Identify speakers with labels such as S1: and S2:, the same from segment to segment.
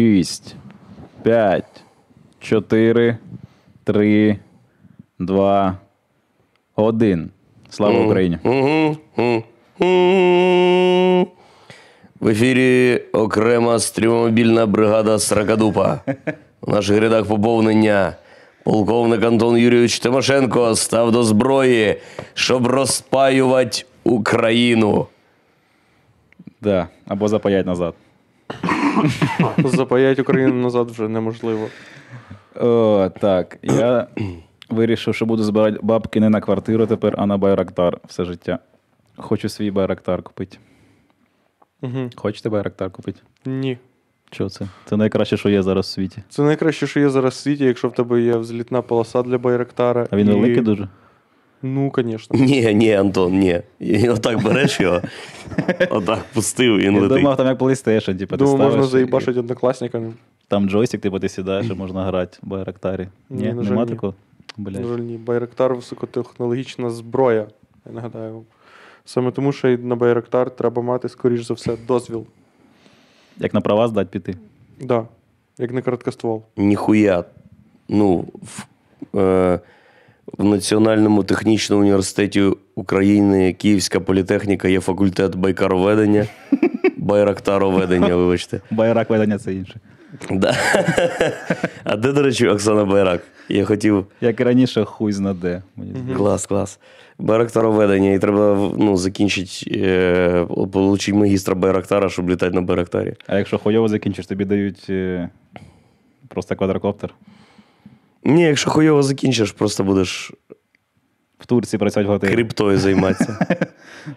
S1: 6, 5, 4, 3, 2, 1. Слава Україні!
S2: В ефірі окрема стрімомобільна бригада Сракадупа. У наших рядах поповнення. Полковник Антон Юрійович Тимошенко став до зброї, щоб розпаювати Україну.
S1: Да. Або запаять назад.
S3: Запаять Україну назад вже неможливо.
S1: О, так. Я вирішив, що буду збирати бабки не на квартиру тепер, а на байрактар все життя. Хочу свій байрактар купити.
S3: Угу.
S1: Хочете байрактар купити?
S3: Ні.
S1: Чого це? Це найкраще, що є зараз у світі.
S3: Це найкраще, що є зараз в світі, якщо в тебе є взлітна полоса для Байрактара.
S1: А він
S3: і-
S1: великий дуже.
S3: Ну, звісно.
S2: Ні, ні, Антон, ні. І Отак береш його, отак пустив, він
S1: Я
S2: летить.
S1: думав, там як PlayStation, типу, ти
S3: Думаю, можна
S1: ставиш і-
S3: заїбашити однокласниками.
S1: Там джойстик, типу, ти сідаєш і можна грати в Байрактарі.
S3: Ні,
S1: Ні,
S3: на жаль,
S1: нема
S3: ні. Ну,
S1: такого?
S3: На
S1: Блядь.
S3: жаль, ні. Байрактар високотехнологічна зброя, я нагадаю. вам. Саме тому, що і на Байрактар треба мати, скоріш за все, дозвіл.
S1: Як на права здать піти.
S3: Да. Як не короткоствол.
S2: Ніхуя. Ну, в, е, в Національному технічному університеті України Київська політехніка є факультет байкароведення. Байрактароведення, вибачте.
S1: Байрак ведення це інше.
S2: Да. А де, до речі, Оксана Байрак? Я хотів.
S1: Як і раніше, хуй зна де. Мені здається.
S2: Клас, клас. Байрактароведення, і треба ну, закінчити, е, получить магістра Байрактара, щоб літати на Байрактарі.
S1: А якщо хуйово закінчиш, тобі дають е, просто квадрокоптер.
S2: Ні, якщо хуйово закінчиш, просто будеш
S1: В Турції працювати в готелі.
S2: криптою займатися.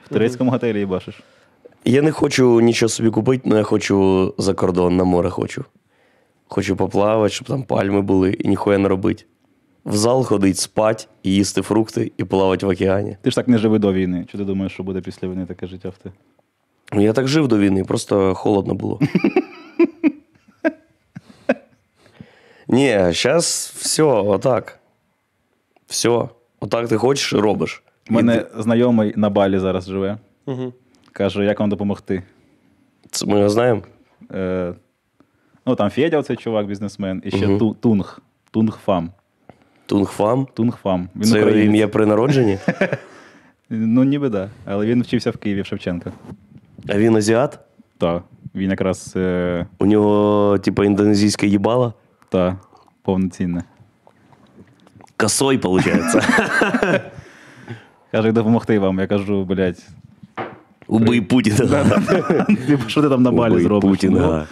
S1: В турецькому готелі бачиш.
S2: Я не хочу нічого собі купити, але я хочу за кордон, на море хочу. Хочу поплавати, щоб там пальми були і ніхуя не робити. В зал ходить, спать, і їсти фрукти і плавати в океані.
S1: Ти ж так не живи до війни. Чи ти думаєш, що буде після війни таке життя в те?
S2: Ну, Я так жив до війни, просто холодно було. Ні, зараз все, отак. Все. Отак ти хочеш, робиш.
S1: У мене знайомий на балі зараз живе.
S3: Угу.
S1: Каже, як вам допомогти?
S2: Це ми його знаємо.
S1: Е, ну там Федя, оцей чувак, бізнесмен, і ще Ту- Тунг. Тунгфам.
S2: Тунгфам.
S1: Тунгфам. Він
S2: Це його
S1: українець.
S2: ім'я при народженні.
S1: Ну, ніби да. Але він вчився в Києві в Шевченка.
S2: А він азіат.
S1: Так. Він якраз е,
S2: У нього, типу, типа, індонезійське їбало.
S1: та повноцінне.
S2: Косой, получается.
S1: Каже, як допомогти вам. Я кажу, блядь,
S2: Убий Путіна.
S1: типу, що ти там на балі
S2: Убий
S1: зробиш?
S2: Путіна.
S1: Ну,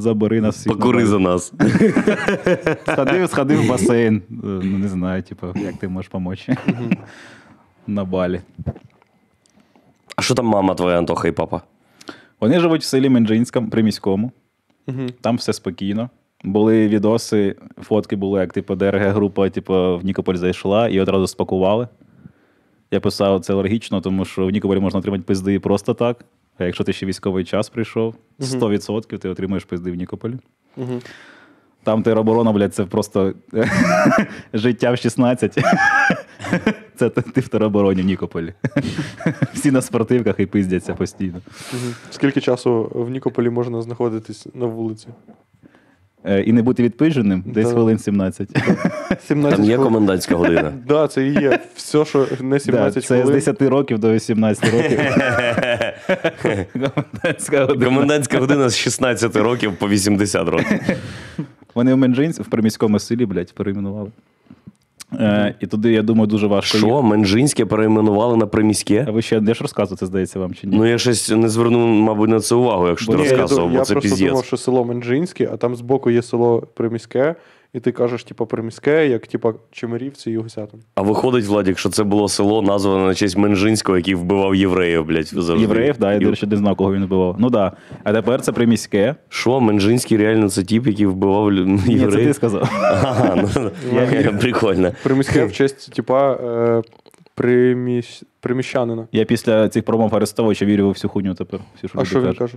S1: Забери нас всіх. на
S2: Покури
S1: балі.
S2: за нас.
S1: Сходив, сходив в басейн. Е, Ну, не знаю, типу, як ти можеш допомогти. На балі.
S2: А що там мама твоя, Антоха і папа?
S1: Вони живуть в селі Менджинському, приміському. Там все спокійно. Були відоси, фотки були, як типу, ДРГ група типу, в Нікополь зайшла і одразу спакували. Я писав, це логічно, тому що в Нікополі можна отримати пизди просто так. А якщо ти ще військовий час прийшов, 100% ти отримаєш пизди в Нікополі.
S3: Угу.
S1: Там тероборона, блядь, це просто життя в 16. це ти ти в теробороні в Нікополі. Всі на спортивках і пиздяться постійно.
S3: Скільки часу в Нікополі можна знаходитись на вулиці?
S1: Е, І не бути відпиженим десь
S3: Да.
S1: хвилин 17.
S3: 17
S2: Там є
S3: хвилин.
S2: комендантська година.
S3: Да, це і є. Все, що не 17
S1: Да, це з
S3: хвилин.
S1: 10 років до 18 років. Комендантська година.
S2: Комендантська година з 16 років по 80 років.
S1: Вони в Менджинськ, в приміському селі, блядь, перейменували. Е, і туди, я думаю, дуже важко. їх-
S2: Що, Менжинське перейменували на
S1: А
S2: приміське?
S1: ви ще не ж розказувати, здається, вам чи ні?
S2: Ну я щось не звернув, мабуть, на це увагу, якщо ти
S3: Ні, я
S2: розказував,
S3: ду- я
S2: бо це
S3: просто думав,
S2: піздець.
S3: що село Менджинське, а там збоку є село Приміське, і ти кажеш, типа, Приміське, як типа Чемерівці і Гусятин.
S2: А виходить, Владік, що це було село, назване на честь Менжинського, який вбивав євреїв, блядь, завжди.
S1: Євреїв, да, я,
S2: І-
S1: до речі, не знав, кого він вбивав. Ну так. Да. А тепер це приміське.
S2: Що, Менжинський реально це тіп, який вбивав лю-
S1: Ні, це ти
S2: євреїв?
S1: сказав.
S2: Ага, ну, прикольно.
S3: Приміське в честь, типа, е, приміщ... приміщанина.
S1: Я після цих промов Арестовича вірю в всю хуйню тепер. Всю, що
S3: А
S1: люди
S3: що він
S1: кажуть.
S3: каже?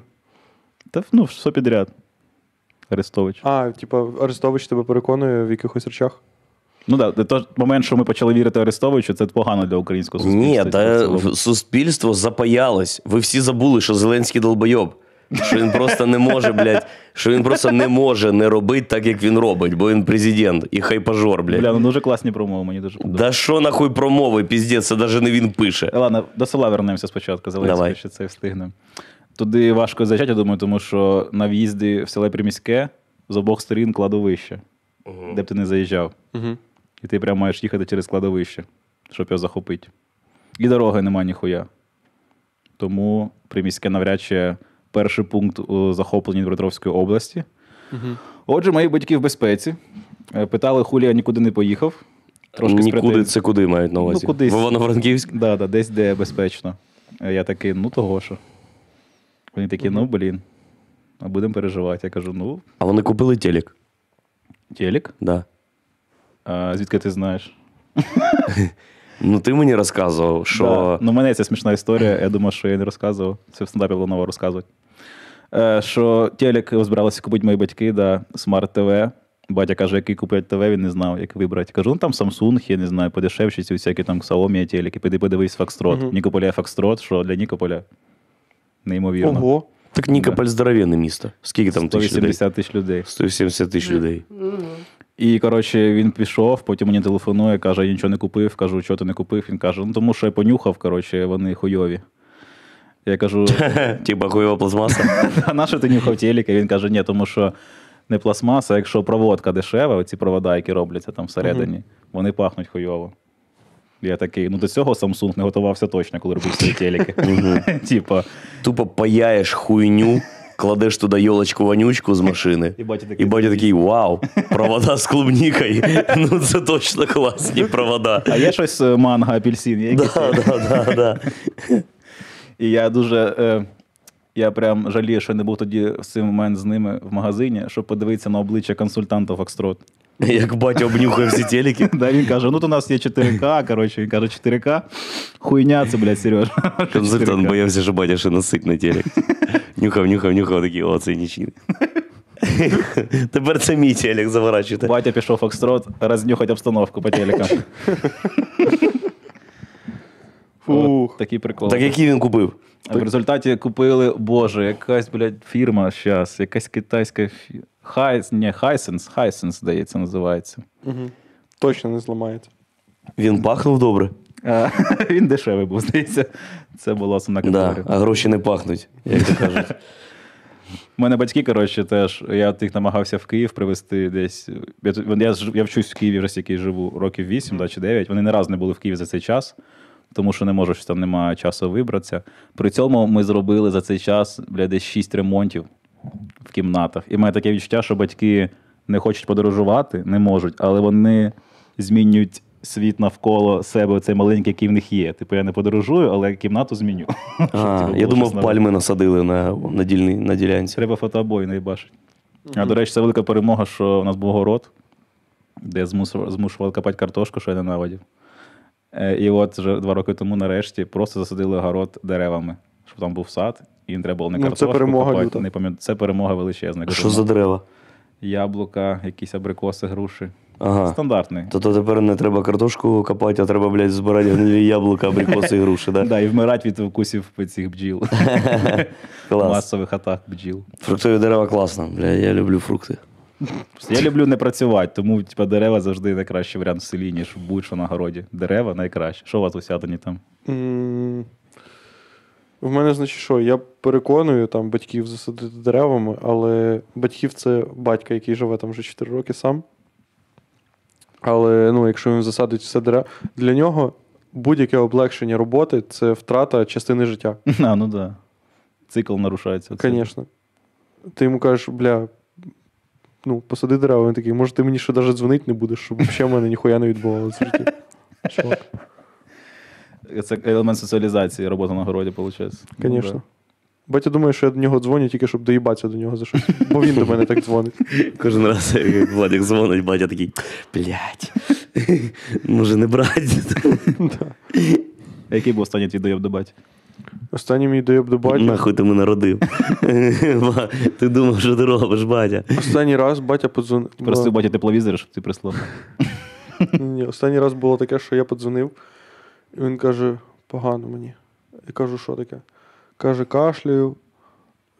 S1: Та ну, все підряд. Арестович.
S3: А, типа, Арестович тебе переконує в якихось речах.
S1: Ну так, да, той момент, що ми почали вірити Арестовичу, це погано для українського
S2: Ні,
S1: суспільства.
S2: та
S1: в цілому.
S2: в- суспільство запаялось. Ви всі забули, що Зеленський долбойоб. Що він просто не може, блядь, що він просто не може не робити так, як він робить, бо він президент і хайпажор, блядь.
S1: Бля, ну дуже класні промови, мені дуже подобається.
S2: Да що нахуй промови, піздець, це навіть не він пише.
S1: Ладно, до села вернемося спочатку, Зеленського,
S2: Давай.
S1: ще це встигнемо. Туди важко заїжджати, я думаю, тому що на в'їзді в селе Приміське з обох сторін кладовище, де б ти не заїжджав.
S3: Угу.
S1: І ти прямо маєш їхати через кладовище, щоб його захопити. І дороги нема ніхуя. Тому приміське навряд чи перший пункт у захопленні Дніпропетровської області.
S3: Угу.
S1: Отже, мої батьки в безпеці. Е, Питали, хулія нікуди не поїхав. Трошки з
S2: Нікуди
S1: претензій.
S2: це куди мають на увазі?
S1: Ну, кудись.
S2: В Івано-Франківськ?
S1: Да, да, десь де безпечно. Е, Я такий, ну того що. Вони такі, ну блін, а будемо переживати. Я кажу, ну,
S2: А вони купили телек.
S1: телек,
S2: Да.
S1: а, звідки ти знаєш?
S2: Ну ти мені розказував, що.
S1: Да. Ну, в мене це смішна історія. Я думаю, що я не розказував. Це в стендапі було ново розказувати. Е, що телек збиралися купити мої батьки, да, смарт ТВ. Батя каже, який купляти ТВ, він не знав, як вибрати. Кажу, ну там Samsung, я не знаю, подешевші ці всякі там Xiaomi є телеки. Піди подивись Фокстрот.
S3: Мгм.
S1: Нікополя Фокстрот, що для Нікополя неймовірно.
S3: Ого.
S2: Так Нікополь здоровенне місто. Скільки там тисяч людей?
S1: 180 тисяч людей.
S2: 180 тисяч людей.
S1: І коротше, він пішов, потім мені телефонує, каже, я нічого не купив. Кажу, чого ти не купив? Він каже, ну тому що я понюхав, коротше, вони хуйові. Я кажу,
S2: Типа хуйова пластмаса.
S1: а на що ти нюхав тіліки? Він каже, ні, тому що не пластмаса, а якщо проводка дешева, оці провода, які робляться там всередині, вони пахнуть хуйово. Я такий, ну до цього Samsung не готувався точно, коли робив свої тіліки. Типа,
S2: Тупо паяєш хуйню, кладеш туди йолочку вонючку з машини.
S1: І батя такий,
S2: І батя такий вау, провода з клубнікою. Ну це точно класні провода.
S1: а є щось е, манго, апельсин, є якісь
S2: Да, да, да, да.
S1: І я дуже. Е, я прям жалію, що я не був тоді в цей момент з ними в магазині, щоб подивитися на обличчя консультанта Фокстрот.
S2: Як батя обнюхає всі телеки.
S1: Да, він каже: ну то у нас є 4К, коротше, він каже, 4К. Хуйня це, блядь, Сережа.
S2: Консультант боявся, що батя ще насить на телек. Нюхав, нюхав, нюхав, такий, о, це нічий. Тепер це мій телек заворачуйте.
S1: Батя пішов Фокстрот рознюхати обстановку по телекам.
S3: Ух.
S1: От
S2: Е,
S1: Такі приколи.
S2: Так який він купив?
S1: А в результаті купили, боже, якась, блядь, фірма зараз, якась китайська фірма. Хайс, ні, Хайсенс, Хайсенс, здається, називається.
S3: Угу. Точно не зламається.
S2: Він пахнув добре.
S1: Е, Він дешевий був, здається. Це була основна
S2: Да,
S1: категорія.
S2: а гроші не пахнуть, як то кажуть.
S1: У мене батьки, коротше, теж. Я от їх намагався в Київ привезти десь. Я, тут- я, ж- я вчусь в Києві, вже який живу років 8 да, чи 9. Вони не раз не були в Києві за цей час, тому що не можу, що там немає часу вибратися. При цьому ми зробили за цей час бля, десь 6 ремонтів в кімнатах. І в мене таке відчуття, що батьки не хочуть подорожувати, не можуть, але вони змінюють. Світ навколо себе, цей маленький, який в них є. Типу, я не подорожую, але кімнату зміню. Щоб, типу,
S2: А,
S1: було
S2: я
S1: щось
S2: думав,
S1: нове.
S2: пальми насадили на, на, дільні, на ділянці.
S1: Треба фотообої найбачить. А до речі, це велика перемога, що у нас був город, де змусив- змушували копати картошку, що я ненавидів. Е, І от вже два роки тому, нарешті, просто засадили город деревами, щоб там був сад, і не треба було не
S3: Ну, це
S1: картошку
S3: перемога люта.
S1: копати. Не пам'ят- Це перемога величезна.
S2: Що за дерева?
S1: Яблука, якісь абрикоси, груші.
S2: Ага.
S1: Стандартний.
S2: То, то тепер не треба картошку копати, а треба, блядь, збирати гнилі яблука, абрикоси і груші, да?
S1: Да, і вмирать від укусів цих бджіл,
S2: Клас.
S1: масових атак бджіл.
S2: Фруктові дерева класно, бля, я люблю фрукти.
S1: Я люблю не працювати, тому типа, дерева завжди найкращий варіант в селі, ніж будь-що на городі. Дерева найкраще. Що у вас у сядені там?
S3: М, В мене, значить, що, я переконую там батьків засадити деревами, але батьків це батька, який живе там вже 4 роки сам. Але ну, якщо він засадить все дерева, для нього будь-яке облегшення роботи це втрата частини життя.
S1: А, ну да. Цикл нарушається. Це-
S3: Звісно. Ти йому кажеш, бля, ну, посади дерева, він такий, може, ти мені ще навіть дзвонити не будеш, щоб взагалі в мене ніхуя не відбувалося в житті. Чувак,
S1: Це елемент соціалізації, робота на городі, Ну виходить.
S3: звісно. Батя думає, що я до нього дзвоню, тільки щоб доїбатися до нього за щось. Бо він до мене так дзвонить.
S2: Кожен раз, як Владик дзвонить, батя такий, блядь, може не брати.
S1: да. Який був останній твій доєб до баті?
S3: Останній мій доєб до батя.
S2: Нахуй ти мене родив. Ба, Ти думав, що ти робиш, батя.
S3: Останній раз батя подзвонив.
S1: Просив баті тепловізор, щоб ти прислав.
S3: Ні, останній раз було таке, що я подзвонив, і він каже: погано мені. Я кажу, що таке? Каже, кашляю,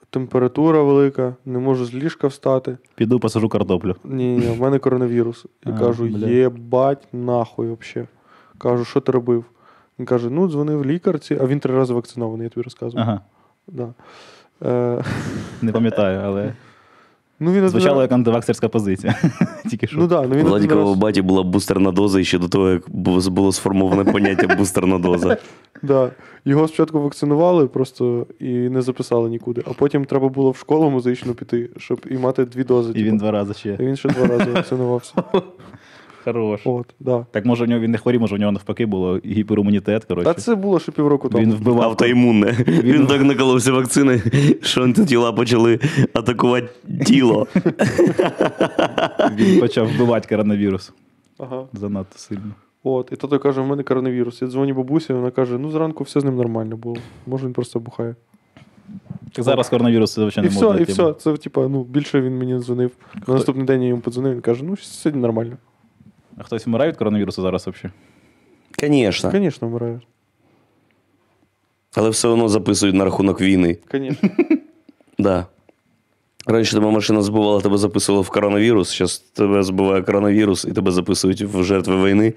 S3: температура велика, не можу з ліжка встати.
S1: Піду посажу картоплю.
S3: Ні, ні, в мене коронавірус. І
S1: А,
S3: кажу,
S1: бля.
S3: єбать, нахуй вообще. Кажу, що ти робив? Він каже: ну, дзвонив лікарці, а він три рази вакцинований, я тобі розказував.
S1: Ага.
S3: Да. Е,
S1: Не пам'ятаю, але
S3: ну, він один
S1: звучало
S3: раз-
S1: як антиваксерська позиція. Тільки що.
S3: Ну, да, ну, він один
S2: Владікового
S3: раз-
S2: баті була бустерна доза і ще до того, як бу- було сформоване поняття бустерна доза.
S3: Да. Його спочатку вакцинували просто і не записали нікуди. А потім треба було в школу музичну піти, щоб і мати дві дози.
S1: І він
S3: типу.
S1: два рази
S3: І
S1: ще.
S3: він ще два рази вакцинувався.
S1: Хорош.
S3: От, да.
S1: Так може в нього він не хворів, може в нього навпаки було гіперімунітет,
S3: Та
S1: коротше.
S3: це було ще півроку тому.
S1: Він вбивав.
S2: Автоімунне. Він так наколовся вакцини, що антитіла почали атакувати тіло.
S1: Він почав вбивати коронавірус
S3: Ага.
S1: занадто сильно.
S3: От, і тато каже: в мене коронавірус. Я дзвоню бабусі, вона каже: ну зранку все з ним нормально було. Може, він просто бухає.
S1: Зараз коронавірус це
S3: і
S1: взагалі не
S3: все,
S1: можна.
S3: і
S1: типу.
S3: все. Це типа, ну більше він мені не дзвонив. На наступний день я йому подзвонив, він каже: ну сьогодні нормально.
S1: А хтось вмирає від коронавірусу зараз взагалі?
S2: Звісно.
S3: Звісно, вмирає.
S2: Але все одно записують на рахунок війни.
S3: Звісно.
S2: Да. Раніше тебе машина збивала, тебе записували в коронавірус. Зараз тебе збиває коронавірус і тебе записують в жертви війни,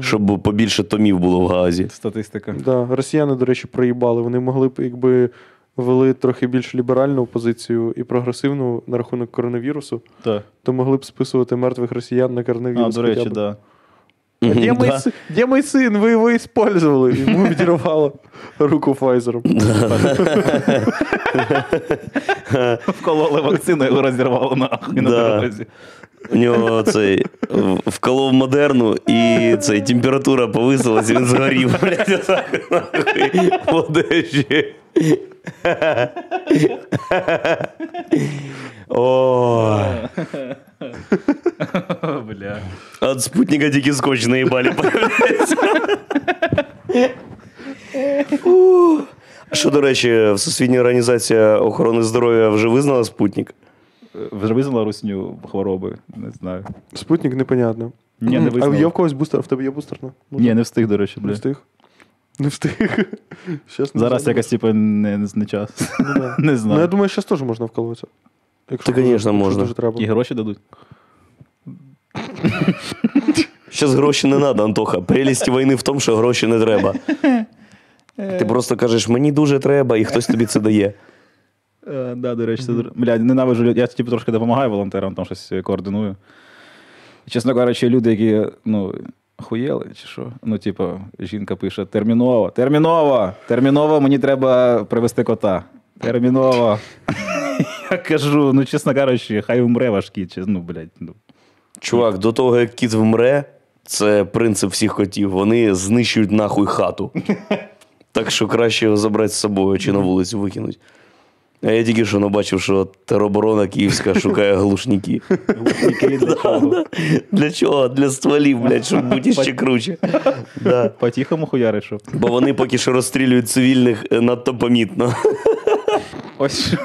S2: щоб побільше томів було в Гаазі.
S1: Статистика.
S3: Да. Росіяни, до речі, проїбали. Вони могли б, якби вели трохи більш ліберальну позицію і прогресивну на рахунок коронавірусу,
S1: Так.
S3: то могли б списувати мертвих росіян на коронавірус.
S1: А, до
S3: хоча
S1: речі, так.
S3: б.
S1: Да.
S3: А Де, мій,
S2: Да.
S3: си- де мій син? Ви його іспользували. Йому відірвало руку Файзером.
S1: Вкололи вакцину, його розірвало нахуй на
S2: Да.
S1: дорозі.
S2: У нього цей в- вколов модерну, і цей температура повисилась, і він згорів. Блядь, отак нахуй в одежі. О,
S1: О, Бля.
S2: от спутника тільки скотч наїбалі. Що, до речі, Всесвітня організація охорони здоров'я вже визнала спутник?
S1: Вже визнала русню хвороби? Не знаю.
S3: Спутник непонятно.
S1: Ні, не
S3: а є в
S1: визнала.
S3: когось бустер? В тебе є бустерна? Ну,
S1: Ні, не встиг, до речі,
S3: Не
S1: бля.
S3: встиг. Не встиг. Щас не
S1: Зараз
S3: знаю.
S1: якось, типу, не, не, не час.
S3: Ну, да.
S1: Не
S3: Ну, я
S1: знаю.
S3: думаю, зараз теж можна вколотися. Якщо
S2: Та, конечно,
S3: якщо
S2: можна.
S3: Дуже треба.
S1: І гроші дадуть.
S2: Зараз гроші не треба, Антоха. Прелість війни в тому, що гроші не треба. Ти просто кажеш, мені дуже треба, і хтось тобі це дає.
S1: Е, Да, до речі, це дуже- бля, ненавиджу люд- Я типу трошки допомагаю волонтерам, там щось е, координую. Чесно кажучи, люди, які ну, хуєли чи що. Ну, типу, жінка пише: терміново, терміново! Терміново, мені треба привезти кота. Терміново. Я кажу, ну, чесно кажучи, хай умре ваш кіт. чи- Ну, блядь, ну.
S2: Чувак, до того, як кіт вмре, це принцип всіх котів. Вони знищують нахуй хату. Так що краще його забрати з собою чи на вулицю викинуть. А я тільки що набачив, що тероборона київська шукає глушники.
S1: Який для чого?
S2: Для чого? Для стволів, блядь, щоб бути ще круче. Да.
S1: По-тихому хуяри, щоб.
S2: Бо вони поки що розстрілюють цивільних е, надто помітно.
S1: Ось що,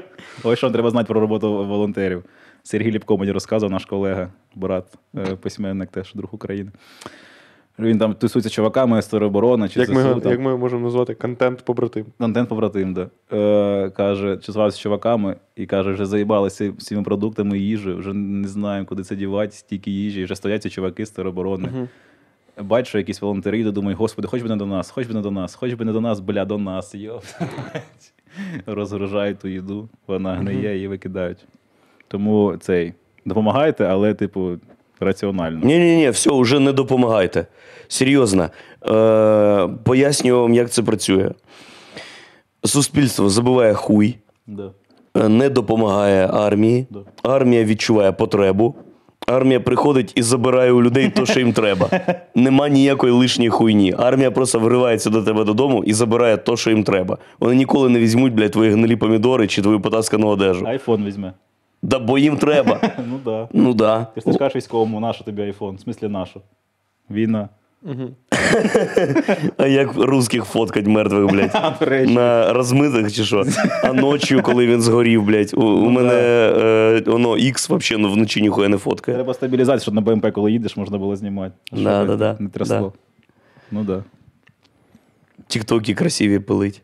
S1: ось що треба знати про роботу волонтерів. Сергій Ліпко мені розказував, наш колега, брат, е, письменник теж друг України. Він там тусується з чуваками з тероборони чи
S3: Як
S1: ЗСУ,
S3: ми, його-
S1: там.
S3: як ми його можемо назвати контент побратим.
S1: Контент побратим, да. Е, каже, чи звався з чуваками і каже, вже заїбалися всіми продуктами їжі, вже не знаємо, куди це дівати, стільки їжі, і вже стоять ці чуваки з тероборони. Бачу якісь волонтери, йду, думаю, господи, хоч би не до нас, хоч би не до нас, хоч би не до нас, бля, до нас, йоп. Розгружають ту їду, вона гниє, її викидають. Тому цей, допомагайте, але, типу, раціонально.
S2: Ні, ні, ні, все, вже не допомагайте. Серйозно. Е, пояснюю вам, як це працює. Суспільство забиває хуй,
S1: Да.
S2: е, не допомагає армії.
S1: Да.
S2: Армія відчуває потребу. Армія приходить і забирає у людей те, що їм треба. Нема ніякої лишньої хуйні. Армія просто вривається до тебе додому і забирає те, що їм треба. Вони ніколи не візьмуть, блядь, твої гнилі помідори чи твою потаскану одежу.
S1: Айфон візьме.
S2: Да бо їм треба.
S1: Ну да.
S2: Ну да.
S1: Ти ж не скажеш військовому, нащо тобі айфон? В смислі нащо? Війна.
S2: А як русських фоткать мертвих, блядь?
S1: До речі.
S2: На розмитих чи що? А ночі, коли він згорів, блядь, у,
S1: Ну
S2: у мене е, воно X вообще ну, вночі ніхуя не фоткає.
S1: Треба стабілізацію, щоб на БМП, коли їдеш, можна було знімати. Щоб
S2: Да, да, да.
S1: Не трясло.
S2: Да.
S1: Ну да.
S2: Тіктоки красиві пилить.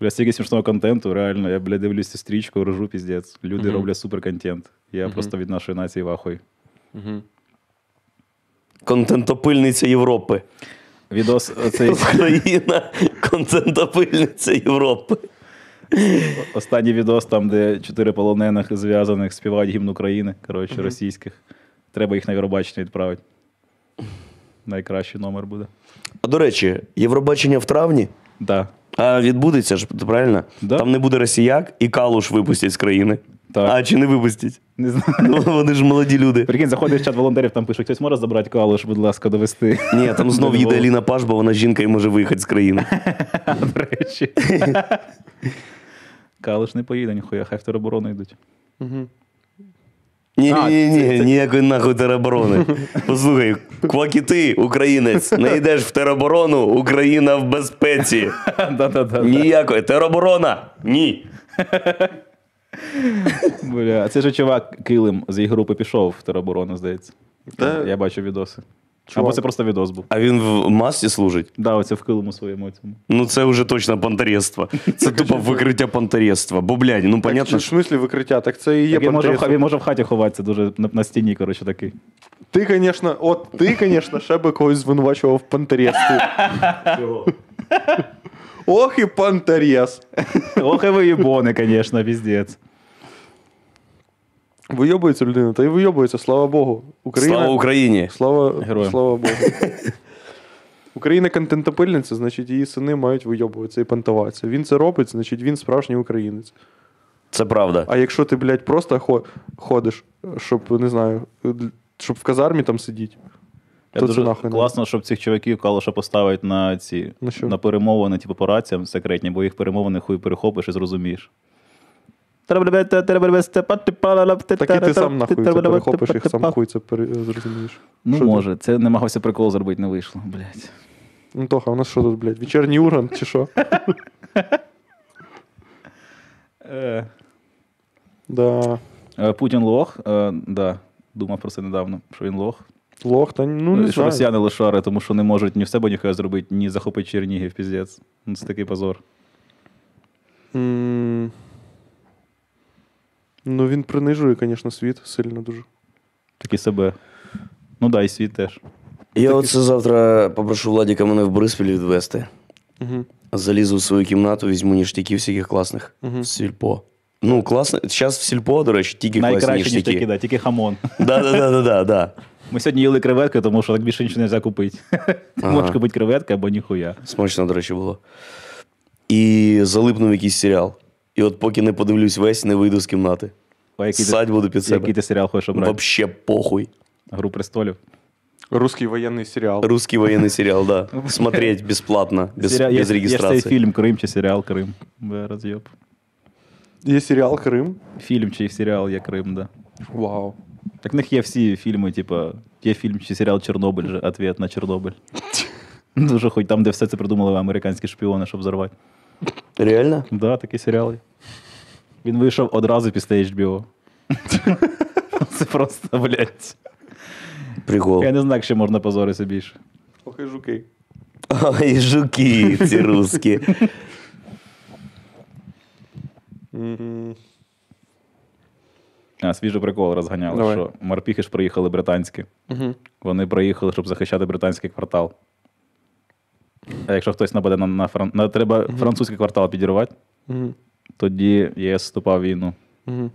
S1: Бля, стільки смішного контенту, реально. Я, бля, дивлюсь цю стрічку, рожу піздець. Люди
S4: Мгм.
S1: роблять суперконтент. Я
S4: Мгм.
S1: просто від нашої нації вахую.
S4: Угу.
S2: Контентопильниця Європи.
S1: Відос цей
S2: Україна контентопильниця Європи.
S1: останній відос, там, де чотири полонених зв'язаних співають гімн України, коротше, російських. Треба їх на Євробачення відправити. Найкращий номер буде.
S2: А до речі, Євробачення в травні.
S1: Да.
S2: А відбудеться ж, правильно?
S1: Да.
S2: Там не буде росіяк і калуш випустять з країни.
S1: Так.
S2: А чи не випустять?
S1: Не знаю.
S2: Ну, Вони ж молоді люди.
S1: Прикинь, заходиш в чат волонтерів, там пишуть, хтось може забрати калуш, будь ласка, довести.
S2: Ні, там знов
S1: До Львова.
S2: їде Аліна Паш, бо вона жінка і може виїхати з країни.
S1: До речі. Калуш не поїде, ніхуя, хай в тероборону йдуть.
S3: Угу.
S2: Ні,
S4: А,
S2: ні, ні,
S4: це- це-
S2: ніякої нахуй тероборони. Послухай, квакі ти, українець, не йдеш в тероборону, Україна в безпеці.
S1: Да-да-да.
S2: Ніякої тероборона. Ні.
S1: Бля, а це ж чувак Килим з її групи пішов в тероборону, здається.
S3: Та-
S1: Я бачу відоси. Або
S3: Чувак.
S1: це просто відос був.
S2: А він в масці служить?
S1: Да, оце в Килиму своєму цьому.
S2: Ну це вже точно понтарєство. Це тупо викриття понтарєства. Бо, блядь, ну понятно,
S3: так, чи- в смислі викриття, так це і є
S1: Так він, може в, ха-
S3: портрет.
S1: він може в хаті ховатися, дуже на, на стіні, коротше, такий.
S3: Ти, звісно, от ти, звісно, ще би когось звинувачував в пантерєсті. Ох і пантерєс.
S1: Ох, і ви їбони, звісно, піздець.
S3: Вийобується людина, та й вийобується, слава Богу. Україна,
S2: Слава Україні!
S3: слава,
S1: Героям.
S3: слава Богу. Україна контентопильниця, значить, її сини мають вийобуватися і пантуватися. Він це робить, значить, він справжній українець.
S2: Це правда.
S3: А якщо ти, блядь, просто хо- ходиш, щоб, не знаю, дл- щоб в казармі там сидіти,
S1: Я
S3: то це
S1: дуже
S3: нахуй. не-
S1: класно, щоб цих чуваків калоша поставить на ці
S3: На що?
S1: на перемовини, типу, по раціям секретні, бо їх перемовини хуй перехопиш і зрозумієш.
S3: Так і ти сам нахуй це перехопиш, їх сам хуй це пере- зрозумієш.
S1: Ну,
S3: Що ти?
S1: може, це намагався прикол зробити, не вийшло, блядь.
S3: Ну, Тоха, у нас що тут, блядь, вечірній урант чи що? Да.
S1: Е, Путін лох, е, да, думав про це недавно, що він лох.
S3: Лох, та
S1: Ну,
S3: ну не
S1: що
S3: знаю.
S1: росіяни лошари, тому що не можуть ні в себе ніхай зробити, ні захопити Чернігів, піздець. Ну, це такий позор.
S3: М, Ну, він принижує, звісно, світ сильно дуже.
S1: Такий себе. Ну да, і світ теж.
S2: Я оце завтра попрошу Владіка мене в Бориспіль відвести.
S3: Угу.
S2: Залізу в свою кімнату, візьму ніштяків всяких класних.
S3: Мгм.
S2: В сільпо. Ну, класно. Зараз в сільпо, до речі, тільки класні
S1: Найкраще, ніж такі,
S2: ніштяки.
S1: да, тільки хамон.
S2: Да, да, да, да, да, да.
S1: Ми сьогодні їли креветки, тому що так більше нічого не можна купити. Ти
S2: Ага.
S1: можеш купити креветки або ніхуя.
S2: Смачно, до речі, було. І залипнув якийсь серіал. І от поки не подивлюсь весь, не вийду з кімнати.
S1: А який,
S2: Сать буду під
S1: ти, який
S2: себе. Ну,
S1: ти серіал хочеш обрати?
S2: Вообще похуй.
S1: Гру престолів.
S3: Русський воєнний серіал.
S2: Русский военный сериал, да. Смотреть бесплатно, без,
S1: Серіал- є-
S2: без
S1: Є ж цей
S2: регистрации.
S1: фільм Крим чи серіал Крим. Бе, Роз'єб.
S3: Є серіал Крим.
S1: Фільм чи серіал є Крим, да.
S3: Вау.
S1: Так в них є всі фільми, типа, є фільм чи серіал Чорнобиль же, ответ на Чорнобиль. Дуже хоч там, де все це придумали американські шпіони, щоб взорвати.
S2: Реально?
S1: Да, такий серіал. є. Він вийшов одразу після HBO. Це просто, блядь.
S2: Прикол.
S1: Я не знаю, як ще можна позоритися більше.
S3: Ох і жуки.
S2: Ай, жуки ці русські.
S3: М,
S1: А, свіжий прикол розганяли,
S3: Давай.
S1: що морпіхи ж приїхали британські.
S3: мгм.
S1: Вони приїхали, щоб захищати британський квартал. А якщо хтось нападе на, на, фран... на треба французький квартал підірвати,
S3: Мгм.
S1: тоді ЄС вступав в війну.
S3: Мгм.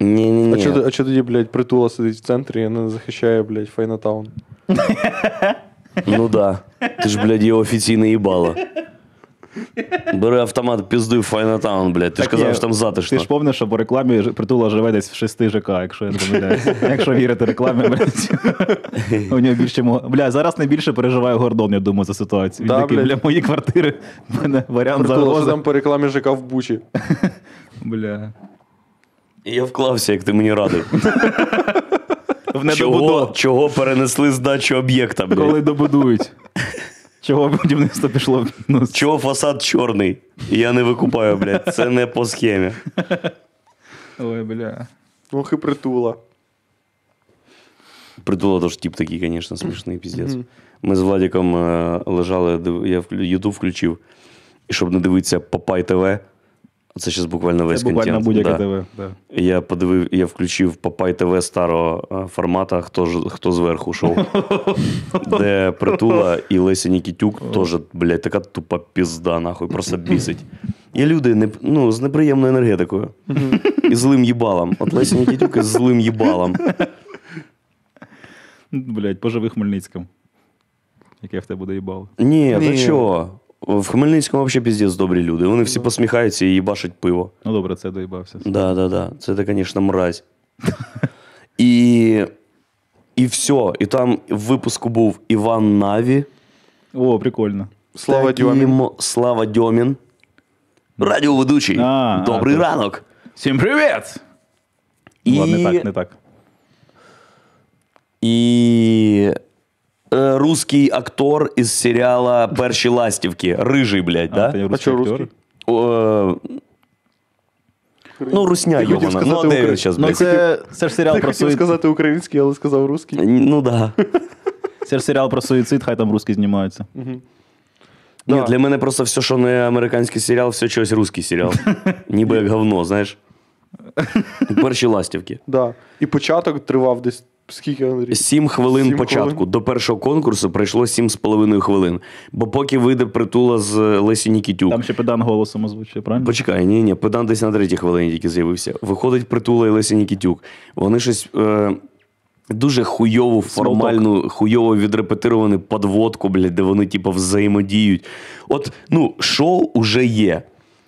S3: А чо
S2: Ні-ні-ні.
S3: а чо тоді, блядь, притула сидить в центрі і не захищає, блядь, Файнатаун?
S2: Ну да. Ти ж, блядь, його офіційно їбало. Бери автомат, піздуй в Файнатаун, блядь. Ти ж
S1: Так,
S2: казав,
S1: ні,
S2: що там затишно.
S1: Ти ж помниш, що по рекламі ж- притула живе десь в шести ЖК, якщо я не помиляюся. Якщо вірити рекламі, блядь. у нього більше мого. Бля, зараз найбільше переживає Гордон, я думаю, за ситуацію. Він
S3: Да,
S1: такий,
S3: блядь.
S1: бля, мої квартири, в мене варіант
S3: Притула що
S1: загрози.
S3: там по рекламі ЖК в Бучі.
S1: Бля.
S2: Я вклався, як ти мені радив.
S1: В
S2: Чого,
S1: недобудо-
S2: чого перенесли здачу об'єкта, блядь?
S1: коли добудують. Чого будівництво пішло в мінус?
S2: Чого фасад чорний? І Я не викупаю, блядь. Це не по схемі.
S1: Ой, бля.
S3: Ох і притула.
S2: Притула тож тип такий, звісно, смішний піздець. Ми з Владіком е, лежали, див- я вклю- Ютуб включив. і щоб не дивитися Папай ТВ. Це зараз буквально весь
S1: Це буквально
S2: контент.
S1: будь-яке
S2: да.
S1: ТВ. Да.
S2: Я подивив, я включив Папай ТВ старого е, формата, хто ж хто зверху шоу. Де притула і Леся Нікітюк теж, блядь, така тупа пізда, нахуй, просто бісить. Є люди не, ну, з неприємною енергетикою і злим їбалом. От Леся Нікітюк із злим їбалом.
S1: Блять, поживи Хмельницьким. Яке в тебе буде їбало.
S2: Ні,
S3: Ні.
S2: та чого? В Хмельницькому взагалі піздець добрі люди. Вони всі посміхаються і їбашать пиво.
S1: Ну добре, це доїбався.
S2: Да, да, да. Це, ти, звісно, мразь. І, і все. І там в випуску був Іван Наві.
S1: О, прикольно.
S3: Слава
S2: Таким-
S3: Дьомін.
S2: Слава Дьомін. Радіоведучий.
S1: А, а,
S2: Добрий
S1: так.
S2: ранок.
S1: Всім привіт!
S2: І,
S1: Ну, Ладно, не так, не так.
S2: і е, русський актор із серіала Перші ластівки. Рижий, блядь,
S1: А,
S2: да?
S1: ти
S3: А
S1: русський
S3: чого
S1: актер?
S3: русський?
S2: О, е, ну, русня
S3: Ти хотів
S2: йобана. Ну,
S3: сказати
S2: а де він
S3: Украї-
S2: щас,
S1: Ну,
S2: блядь?
S1: це, це ж серіал
S3: Ти
S1: про
S3: хотів
S1: суїцид.
S3: сказати український, але сказав русський.
S2: Ну, да.
S1: Це ж серіал про суїцид, хай там русські знімаються.
S2: Ні,
S3: Да.
S2: для мене просто все, що не американський серіал, все чогось русський серіал. Ніби як говно, знаєш. Перші ластівки.
S3: Да. І початок тривав десь скільки Андрій?
S2: Сім хвилин
S3: Сім
S2: початку.
S3: хвилин.
S2: До першого конкурсу пройшло сім з половиною хвилин. Бо поки вийде притула з е, Лесі Нікітюк.
S1: Там ще педан голосом озвучує, правильно?
S2: Почекай, ні, ні, Педан десь на третій хвилині тільки з'явився. Виходить притула і Леся Нікітюк. Вони щось. Е... Дуже хуйову формальну, хуйово відрепетировану подводку, блядь, де вони, типу, взаємодіють. От, ну, шоу уже є.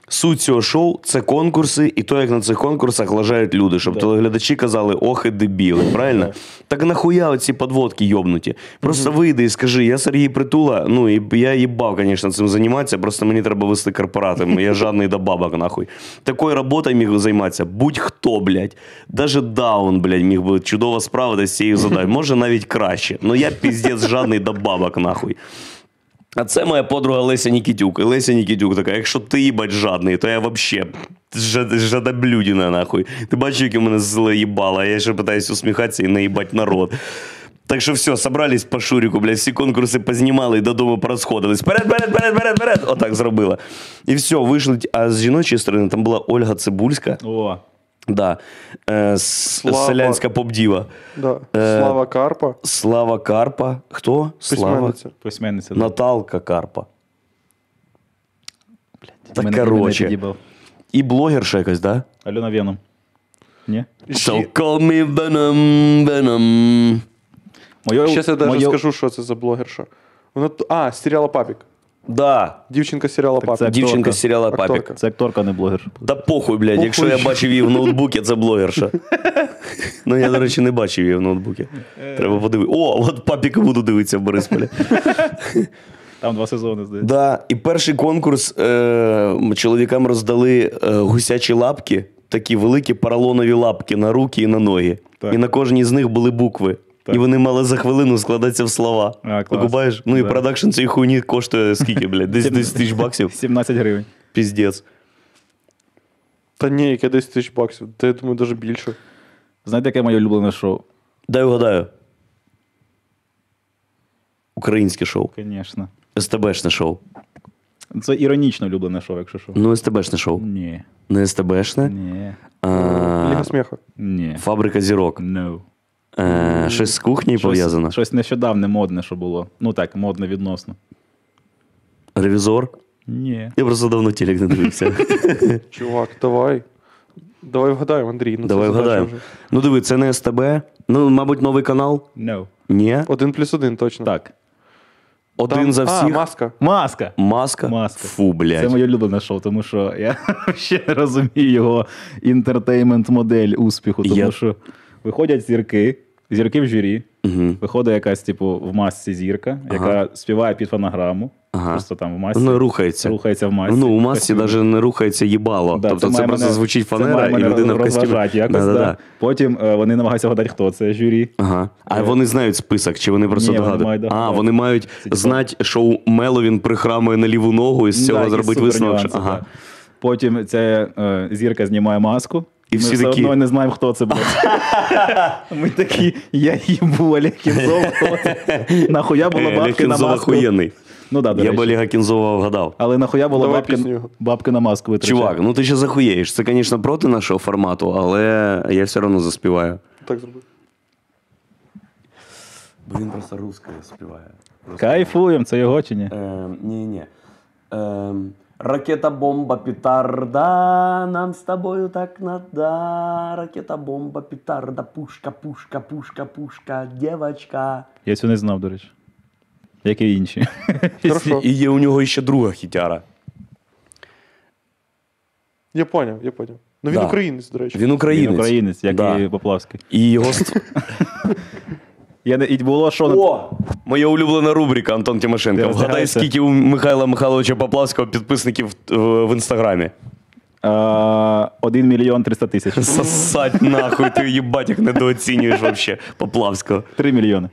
S2: Суть цього шоу це конкурси, і то, як на цих конкурсах лажають люди, щоб телеглядачі казали ох і дебіли, правильно? Так нахуя оці подводки йобнуті? Просто вийди і скажи, я Сергій Притула, ну і б- я їбав, звісно, цим займатися, просто мені треба вести корпоратом. Я жадний до бабок, нахуй. Такою роботою міг займатися будь-хто, блядь. Даже даун, блядь, міг би чудово справитися з цією задачею. Може, навіть краще. Ну я піздець жадний до бабок, нахуй. А це моя подруга Леся Нікітюк. І Леся Нікітюк така: якщо ти їбать жадний, то я вообще жад- жадоблюдіна, нахуй. Ти бачиш, яке мене зле їбало, а я ще питаюсь усміхатися і наїбать народ. Так що все, собрались по Шуріку, блядь, всі конкурси познімали і додому порозходились. Перед, перед, перед, перед, перед. Отак зробила. І все, вийшли. А з жіночої сторони там була Ольга Цибульська,
S1: О,
S2: да, е, с-
S3: Слава.
S2: селянська поп-діва.
S3: Да.
S2: Е,
S3: Слава Карпа,
S2: Слава Карпа. Хто? Слава
S3: письменниця.
S1: письменниця.
S2: Ну,
S1: да.
S2: Наталка Карпа. Та
S1: Мене-
S2: короче.
S1: мене під'їбав.
S2: І блогерша якась, да?
S1: Альона Веном. Ні?
S2: So call me Venom, Venom.
S1: Моє,
S3: Щас я даже
S1: моє-
S3: скажу, що це за блогерша. Вона... т- А, з серіала Папік.
S2: Да,
S3: Дівчинка з серіала
S1: Так це
S3: Папік.
S2: дівчинка з серіала
S3: Акторка.
S2: Папік.
S1: Це акторка, а не блогер.
S2: Да похуй, блядь, якщо я
S3: Похуй.
S2: бачив її в ноутбуці, це блогерша. Ну, я, до речі, не бачив її в ноутбуці.
S1: Е.
S2: Треба подивитися. О, от папіка буду дивитися в Борисполі.
S1: Там два сезони, здається.
S2: Да, і перший конкурс е, чоловікам роздали е, гусячі лапки, такі великі поролонові лапки на руки і на ноги.
S1: Так.
S2: І на кожній з них були букви.
S1: Так.
S2: І вони мали за хвилину складатися в слова.
S1: А, клас.
S2: Покупаєш? Ну і
S1: Да.
S2: продакшн цієї хуйні коштує скільки, блядь? Десь
S1: Сім-
S2: 10 тисяч баксів.
S1: 17 гривень.
S2: Піздець.
S3: Та ні, яке 10 тисяч баксів. Та я думаю, навіть більше.
S1: Знаєте, яке моє улюблене шоу?
S2: Дай вгадаю. Українське шоу.
S1: Звісно.
S2: СТБшне шоу.
S1: Це іронічно улюблене шоу, якщо що.
S2: Ну, СТБшне шоу.
S1: Ні.
S2: Не СТБшне.
S1: Ні.
S2: А,
S3: Ліга сміху.
S1: Ні.
S2: фабрика зірок.
S1: No.
S2: Е, щось з кухні пов'язано.
S1: Щось, щось нещодавне модне, що було. Ну так, модне відносно.
S2: Ревізор.
S1: Ні.
S2: Я просто давно телек не дивився.
S3: Чувак, давай. Давай вгадаємо, Андрій. Ну, це
S2: Давай
S3: задача
S2: вгадаємо.
S3: вже.
S2: Ну диви, це не СТБ. Ну, мабуть, новий канал.
S1: No.
S2: Ні.
S3: Один плюс один, точно.
S1: Ну. Так.
S2: Один
S3: Там-
S2: за
S3: А,
S2: всіх.
S3: маска.
S1: Маска!
S2: Маска.
S1: Маска.
S2: Фу, блядь.
S1: Це моє улюблене шоу, тому що я ще не розумію його інтертеймент-модель успіху, тому
S2: Я-
S1: що виходять зірки, зірки в журі,
S2: Мгм.
S1: виходить якась, типу, в масці зірка, яка співає під фонограму,
S2: Ага.
S1: просто там в масці,
S2: Воно Ну, рухається.
S1: рухається в масці.
S2: Ну, у масці
S1: костюмі.
S2: навіть не рухається їбало.
S1: Да,
S2: тобто це,
S1: має
S2: просто
S1: мене-
S2: звучить
S1: це має
S2: фанера і
S1: мене
S2: людина в костюмі.
S1: розважати Якось, да,
S2: Да-да-да.
S1: Потім е, вони намагаються вгадати, хто це журі.
S2: Ага. А вони знають список, чи вони просто
S1: Е. Ні, вони
S2: догадують?
S1: мають
S2: а,
S1: догадатися.
S2: вони мають
S1: типа-
S2: знати, що у Меловін прихрамує на ліву ногу і з цього
S1: Да,
S2: зробить
S1: якісь
S2: висновок. що-
S1: супернюанси,
S2: Ага.
S1: так. Потім ця е, зірка знімає маску.
S2: І
S1: ми
S2: всі
S1: все
S2: такі-
S1: одно не знаємо, хто це був. Ми такі, я їбу Олег Кінзов, хто це? Нахуя була
S2: Е,
S1: бабки на
S2: Лехінзов
S1: маску?
S2: охуєнний.
S1: Ну да, до
S2: Я
S1: речі.
S2: би Олега Кінзова вгадав.
S1: Але нахуя було
S3: Давай
S1: бабки,
S3: пісню.
S1: бабки на маску витрачати?
S2: Чувак, ну ти ще захуєєш. Це, звісно, проти нашого формату, але я все одно заспіваю.
S3: Так зробив.
S2: Блін, просто русская співає. ем,
S1: Кайфуєм, це його чи ні?
S2: Не-не. Ракета, бомба, Ем, петарда, нам с тобою так надо. Ракета, бомба, петарда, пушка, пушка, пушка, пушка, девочка.
S1: Я цю не знав, до речі. Як і інші.
S3: Хорошо.
S2: І є у нього ще друга хітяра.
S3: Я поняв, я поняв. Ну він
S2: Да.
S3: українець, до речі.
S2: Він українець.
S1: Він українець, як
S2: Да.
S1: і Поплавський.
S2: І його ст-
S1: Я не і було що на-
S2: О! Моя улюблена рубрика Антон
S1: Ти
S2: Тимошенко. Вгадай,
S1: роздягаєшся?
S2: скільки у Михайла Михайловича Поплавського підписників е, в інстаграмі.
S1: А, 1 мільйон 300 тисяч.
S2: Сосать нахуй, ти їбать їх недооцінюєш вообще Поплавського.
S1: 3 мільйони.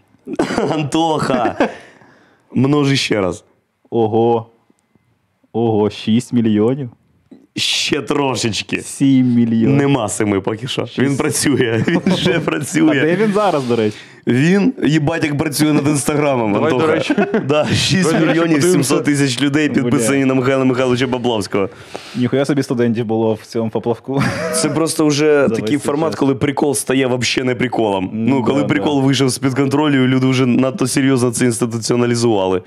S2: Антоха! Множи ще раз.
S1: Ого. Ого, 6 мільйонів?
S2: Ще трошечки.
S1: 7 мільйонів.
S2: Нема семи поки що. Він працює, він ще
S1: А де
S2: працює.
S1: він зараз, до речі?
S2: Він їбать як працює над інстаграмом.
S3: Давай,
S2: Антоха.
S3: до речі.
S2: Да, 6
S3: Давай, до речі,
S2: мільйонів 700
S3: подивимося.
S2: тисяч людей підписані на Михайла Михайловича Баблавського.
S1: Ніхуя собі студентів було в цьому поплавку.
S2: Це просто вже такий
S1: весь
S2: формат,
S1: час.
S2: коли прикол стає взагалі не приколом.
S1: Ну,
S2: Ну, коли
S1: да,
S2: прикол
S1: да.
S2: вийшов з-під контролю, люди вже надто серйозно це інституціоналізували.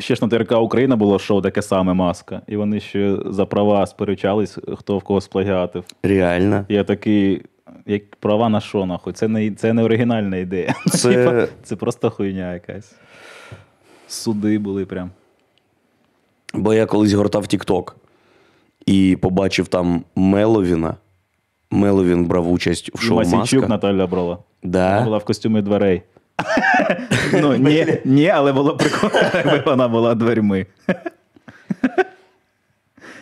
S1: Ще ж на ТРК Україна було шоу таке саме маска. І вони ще за права сперечались, хто в кого сплагіатив.
S2: Реально.
S1: Я такий, як права на що, нахуй? Це не, це не оригінальна ідея.
S2: Це-
S1: Типа, це просто хуйня якась. Суди були прям.
S2: Бо я колись гортав TikTok і побачив там Меловіна. Меловін брав участь в
S1: І
S2: шоу Маска.
S1: Масінчук Наталя брала. Вона
S2: Да.
S1: була в костюмі дверей. ну, ні, ні, але було прикольно, якби вона була дверьми.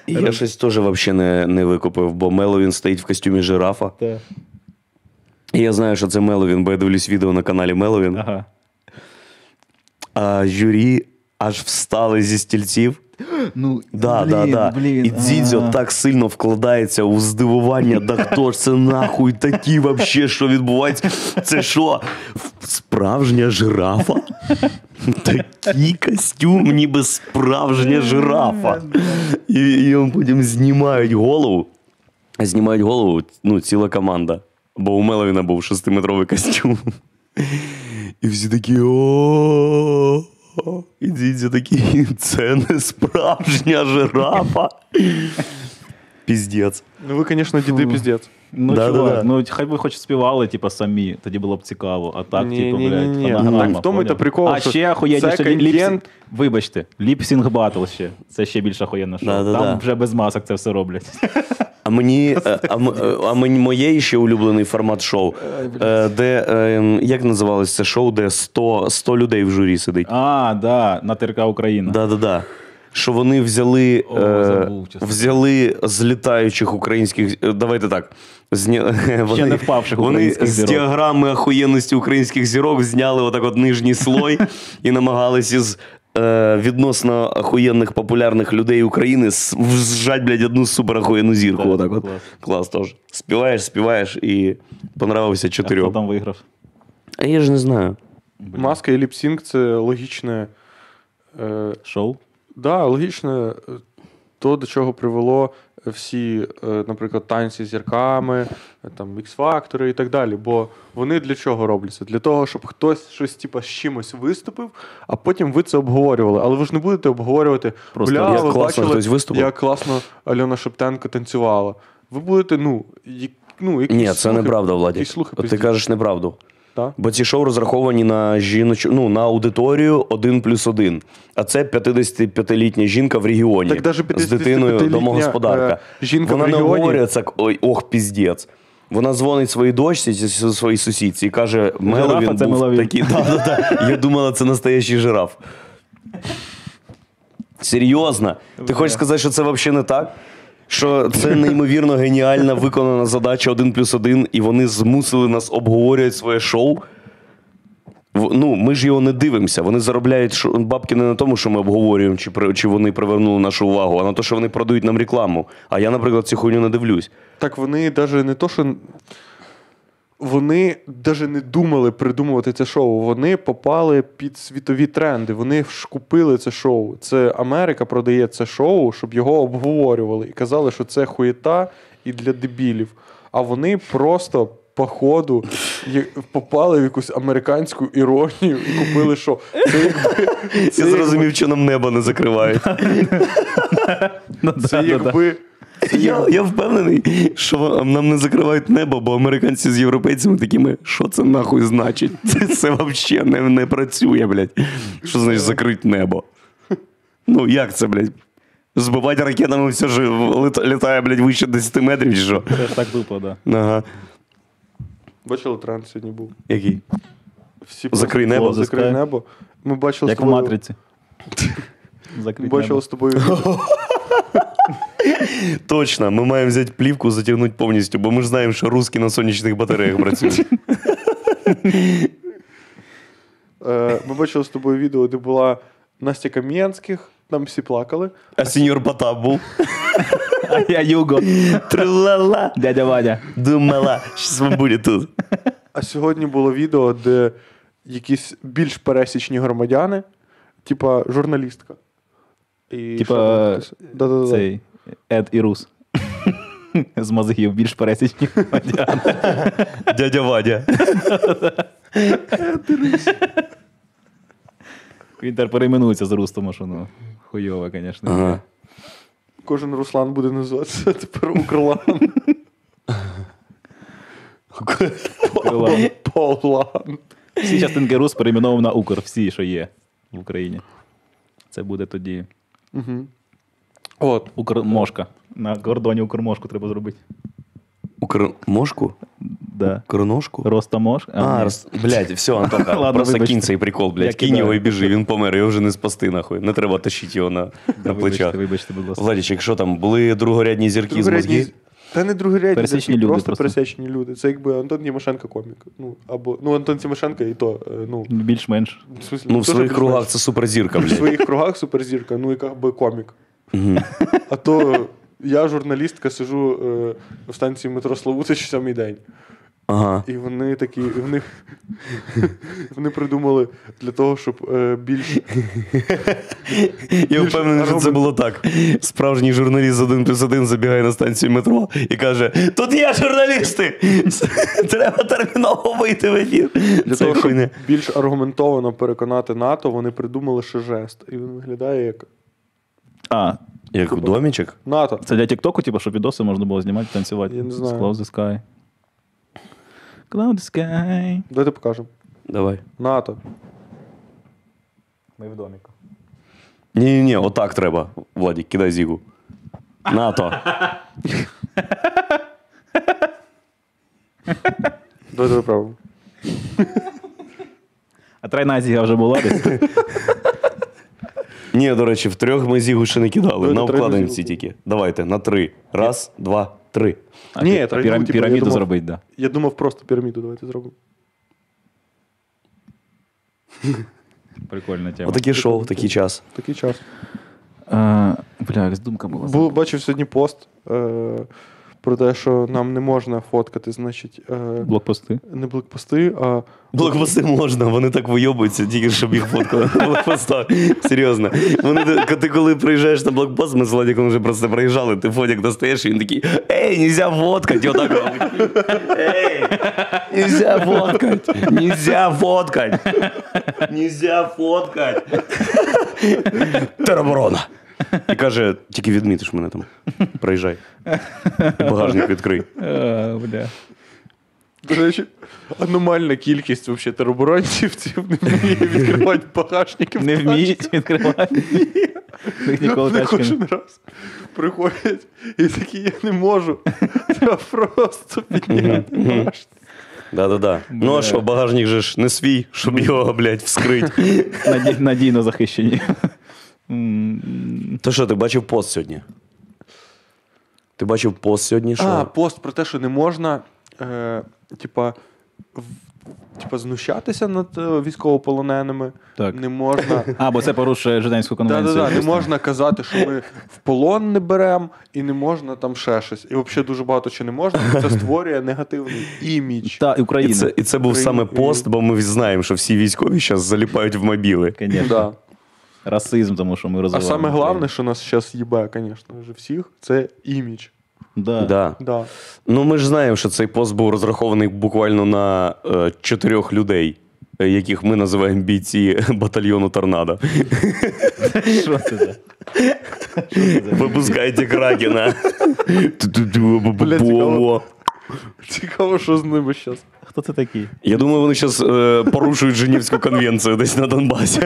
S2: І я щось теж взагалі не, не викупив, бо Меловін стоїть в костюмі жирафа. І я знаю, що це Меловін, бо я дивлюсь відео на каналі Меловін.
S1: Ага.
S2: А журі аж встали зі стільців.
S1: Ну,
S2: Да,
S1: блін,
S2: да, да.
S1: блін.
S2: і Дзідзьо
S1: а.
S2: так сильно вкладається у здивування, да хто ж це нахуй такі вообще, що відбувається? Це що? Справжня жирафа? Такий костюм, ніби справжня жирафа. І, і йому потім знімають голову. Знімають голову ну, ціла команда. Бо у Меловіна був шестиметровий костюм. І всі такі. «О-о-о». І дідзі такі, це не справжня жирафа. Піздець.
S3: Ну ви, звісно, діди піздець.
S1: Ну,
S2: Да,
S1: чувак,
S2: да, да.
S1: ну хай би хоч співали, типу, самі, тоді було б цікаво. А так,
S3: Ні,
S1: типу,
S3: ні,
S1: блядь,
S3: ні, ні.
S1: фонограма,
S3: Так в тому й та
S1: поняв?
S3: прикол,
S1: А
S3: що
S1: ще
S3: це
S1: охуєнніше ліп-
S3: контент.
S1: ліпсінг- Вибачте, ліпсінг батл ще. Це ще більш охуєнне шоу.
S2: Да, да,
S1: Там
S2: да.
S1: вже без масок це все роблять.
S2: А мені, е, а, м- е, а мені моє ще улюблений формат шоу, е, де е, м, як називалось це шоу, де 100, 100 людей в журі сидить.
S1: а, да, на ТРК Україна.
S2: Да-да-да. Що вони взяли,
S1: О,
S2: е,
S1: забув, чесно.
S2: взяли з літаючих українських. е, Давайте так. Зня... Вони,
S1: не впавших
S2: вони
S1: українських
S2: з
S1: зірок.
S2: діаграми охуєнності українських зірок зняли отак от нижній слой і намагались із е, відносно охуєнних популярних людей України с- зжать, блядь, одну суперахуєнну зірку.
S1: Да,
S2: отак от.
S1: клас.
S2: Клас. теж. Співаєш, співаєш і понравився
S1: а хто
S2: чотирьох.
S1: там виграв?
S2: А я ж не знаю.
S3: Маска і ліпсінг це логічне. Е,
S1: Шоу?
S3: да, логічне е, то, до чого привело всі, е, наприклад, танці з зірками, е, там ікс-фактори і так далі. Бо вони для чого робляться? Для того, щоб хтось щось типа з чимось виступив, а потім ви це обговорювали. Але ви ж не будете обговорювати
S1: Просто
S3: бля,
S2: як
S3: ви
S2: класно
S3: бачили,
S2: хтось виступив».
S3: як класно Альона Шептенко танцювала. Ви будете, ну, як, ну якісь
S2: Ні, це
S3: слухи-
S2: неправда, Владі.
S3: якісь слухи
S2: Ти
S3: пиздіть.
S2: кажеш неправду.
S3: Та?
S2: Бо ці шоу розраховані на жіночу, ну на аудиторію 1 плюс 1. А це 55-літня жінка в регіоні
S3: Так даже
S2: з дитиною
S3: 55-літня,
S2: домогосподарка.
S3: е, жінка
S2: Вона
S3: в
S2: не
S3: регіоні-
S2: говорить це ой, ох, піздець. Вона дзвонить своїй дочці зі зі своїй сусідці і каже: Меловін
S1: Жирафа це
S2: був
S1: Меловін».
S2: такий. Да, да, да. Я думала, це настоящий жираф. Серйозно? Ти хочеш сказати, що це взагалі не так? Що це неймовірно геніальна виконана задача 1 плюс 1, і вони змусили нас обговорювати своє шоу. В- Ну, ми ж його не дивимося. Вони заробляють шо- бабки не на тому, що ми обговорюємо, чи, при- чи вони привернули нашу увагу, а на те, що вони продають нам рекламу. А я, наприклад, цю хуйню не дивлюсь.
S3: Так вони навіть не то, що. вони навіть не думали придумувати це шоу. Вони попали під світові тренди. Вони ж купили це шоу. Це Америка продає це шоу, щоб його обговорювали і казали, що це хуєта і для дебілів. А вони просто. По ходу є- попали в якусь американську іронію і купили шоу. Це якби, це
S2: Я
S3: якби-
S2: зрозумів, що нам небо не закривають.
S1: Ну, да, да, да.
S3: це якби
S2: Я, я впевнений, що нам не закривають небо, бо американці з європейцями такими, що це нахуй значить? Це, це вообще не, не працює, блядь. Що значить закрить небо? Ну, як це, блядь? Збивати ракетами все ж лит- літає, блядь, вище 10 метрів, чи що?
S1: Це ж так тупо, да.
S2: Ага.
S3: Бачили, тренд сьогодні був.
S2: Який?
S3: Всі
S2: Закрий
S3: просто-
S2: небо.
S3: Закрий
S1: Закрий.
S3: небо. Ми бачили
S1: Як
S3: з
S1: в
S3: тобою.
S1: матриці.
S3: Ми
S1: Закрить
S3: бачили
S1: небо.
S3: з тобою.
S2: Точно, ми маємо взяти плівку, затягнути повністю, бо ми ж знаємо, що русські на сонячних батареях працюють.
S3: е, Ми бачили з тобою відео, де була Настя Кам'янських, там всі плакали.
S2: А сеньор Потап був.
S1: А я Юго.
S2: Тру-ла-ла,
S1: Дядя Вадя.
S2: думала, що ми буде тут.
S3: А сьогодні було відео, де якісь більш пересічні громадяни, типа журналістка. І
S1: Типа,
S3: що там хтось-
S2: Ну,
S3: Да-да-да.
S1: Цей Ед і Рус. З мозгів більш пересічні громадян.
S2: Дядя Вадя.
S1: Він тепер перейменується з Рус, тому що ну хуйово, звісно.
S2: Ага.
S3: Кожен Руслан буде називатися тепер Укрлан.
S1: Крила.
S3: Полан.
S1: Всі частинки Рус перейменовано на Укр, всі, що є в Україні. Це буде тоді
S3: От.
S1: Укрмошка. На кордоні Укрмошку треба зробити.
S2: Укрмошку?
S1: Да.
S2: Кроножку?
S1: Ростомошка.
S2: А, роз... блядь, все, Антоха,
S1: Ладно,
S2: просто
S1: вибачте.
S2: кинь цей прикол,
S1: Я
S2: блядь. Кинь
S1: кидаю.
S2: його і біжи, він помер, його вже не спасти, нахуй. Не треба тащити його на, на плечах.
S1: Вибачте, вибачте, будь ласка.
S2: Владічик, що там, були другорядні зірки з
S3: Другорядні-
S2: мозгів?
S3: Та не другорядні,
S1: Пересічні
S3: такі,
S1: люди
S3: просто,
S1: просто.
S3: пересічні люди. Це якби Антон Тимошенко комік. Ну, або, ну Антон Тимошенко і то, е, ну,
S1: Більш-менш.
S3: в смислі,
S2: Ну, в
S3: теж
S2: своїх
S3: більш-менш.
S2: кругах це суперзірка,
S3: В
S2: блядь.
S3: своїх кругах суперзірка, ну і би комік. А то я, журналістка, сижу е, в станції метро Славутич сьомий день.
S2: Ага.
S3: І вони такі, і в них вони придумали для того, щоб е, більш
S2: Я впевнений, що це
S3: робить-
S2: було так. Справжній журналіст з 1 плюс 1 забігає на станцію метро і каже: Тут є журналісти! Треба терміново вийти в ефір.
S3: для
S2: Це
S3: того, щоб
S2: хуйня.
S3: більш аргументовано переконати НАТО, вони придумали ще жест. І він виглядає як
S1: А,
S2: Як у домічок?
S3: НАТО.
S1: це для Тіктоку, типу, щоб відоси можна було знімати, танцювати.
S3: Я не знаю.
S1: З Close the Sky. Close the Sky.
S3: Давайте покажемо.
S2: Давай.
S3: НАТО.
S1: Ми в доміку.
S2: Ні, ні, ні, отак треба. Владік, кидай зігу. НАТО.
S3: Давайте виправимо.
S1: А тройна зіга вже була десь.
S2: Ні, до речі, в трьох ми зігу ще не кидали.
S3: Ну,
S2: На
S3: на три ми
S2: вкладинці
S3: зігу.
S2: тільки. Давайте, на три. Раз, два, три.
S1: А
S3: Ні,
S1: пі- а
S3: тройну,
S1: пірам-
S3: типу, я
S1: піраміду
S3: думав.
S1: зробити, да.
S3: Я думав, просто піраміду давайте зробимо.
S1: Прикольна тема.
S2: Отаке шоу, такий час.
S3: Такий час.
S1: А, бля, якась думка була.
S3: Бу, бачив сьогодні пост е, про те, що нам не можна фоткати, значить, е,
S1: Блокпости.
S3: не блокпости, а
S2: Блокпости можна, вони так вийобуються, тільки щоб їх фоткали на блокпостах. Серйозно. Вони, т- ти коли приїжджаєш на блокпост, ми з Владіком вже просто проїжджали, ти фотик достаєш, і він такий: Ей, нельзя фоткать! І отак. робить. Ей, нельзя фоткать! Нельзя фоткать! Нельзя фоткать! Тероборона! І каже, тільки відмітиш мене там. Приїжджай. І багажник відкрий.
S1: А, бля.
S3: до речі, аномальна кількість вообще тероборонців цих не вміє відкривати багажники. в
S1: Не вміють відкривати. Їх ніколи
S3: Вони
S1: тачки не-
S3: кожен раз приходять і такі, я не можу. Треба просто підняти багажник.
S2: Да-да-да. Ну а що, багажник же ж не свій, щоб його, блядь, вскрить.
S1: наді- надійно захищені. М,
S2: То що, ти бачив пост сьогодні? Ти бачив пост сьогодні, що?
S3: А, пост про те, що не можна, е, типа, в- типу, знущатися над е, військовополоненими.
S1: Так.
S3: Не можна.
S1: А, бо це порушує Женевську конвенцію.
S3: Да-да-да, не
S1: якусь там.
S3: можна казати, що ми в полон не беремо, і не можна там ще щось. І взагалі дуже багато чи не можна, бо це створює негативний імідж.
S1: Та, і
S2: І
S1: Україна.
S2: це, і це був
S3: Україна,
S2: саме
S3: Україна.
S2: пост, бо ми знаємо, що всі військові зараз заліпають в мобіли.
S1: Конечно.
S3: Да.
S1: Расизм, тому що ми
S3: А
S1: розвиваємо.
S3: саме
S1: Україну.
S3: головне, що нас зараз їбе, звісно ж, всіх, це імідж.
S1: Да.
S2: Да.
S3: Да.
S2: Ну, ми ж знаємо, що цей пост був розрахований буквально на е, чотирьох людей, е, яких ми називаємо бійці батальйону торнадо.
S1: Що це за? Що це за?
S2: Випускайте Кракена.
S3: Бля, цікаво. Цікаво, що з ними зараз.
S1: Хто це такий?
S2: Я думаю, вони зараз порушують Женевську конвенцію десь на Донбасі.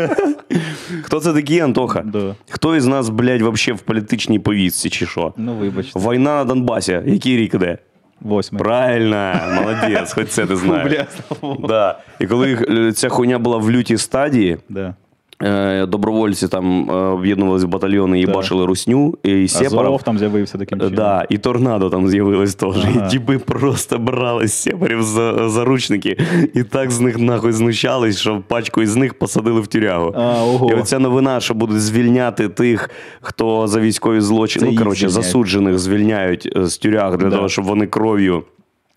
S2: Хто це такий, Антоха?
S1: Да.
S2: Хто із нас, блядь, вообще в політичній повістці чи що?
S1: Ну, вибачте.
S2: Війна на Донбасі, який рік іде?
S1: Восьмий.
S2: Правильно, молодець, хоч це ти знаєш.
S1: Бля, слава Богу.
S2: Да. І коли е, ця хуйня була в лютій стадії,
S1: Да.
S2: е, добровольці там е, об'єднувалися в батальйони і
S1: Так.
S2: бачили русню, і
S1: Азов
S2: Сєпаров.
S1: там з'явився таким чином.
S2: Да, і торнадо там з'явилось теж.
S1: Ага.
S2: І діби просто брали з сєпарів за заручники і так з них нахуй знущались, що пачку із них посадили в тюрягу.
S1: А, ого.
S2: І оця новина, що будуть звільняти тих, хто за військові злочини,
S1: Це
S2: ну
S1: їх
S2: коротше,
S1: звільняють.
S2: засуджених звільняють е, з тюряг для
S1: Да.
S2: того, щоб вони кров'ю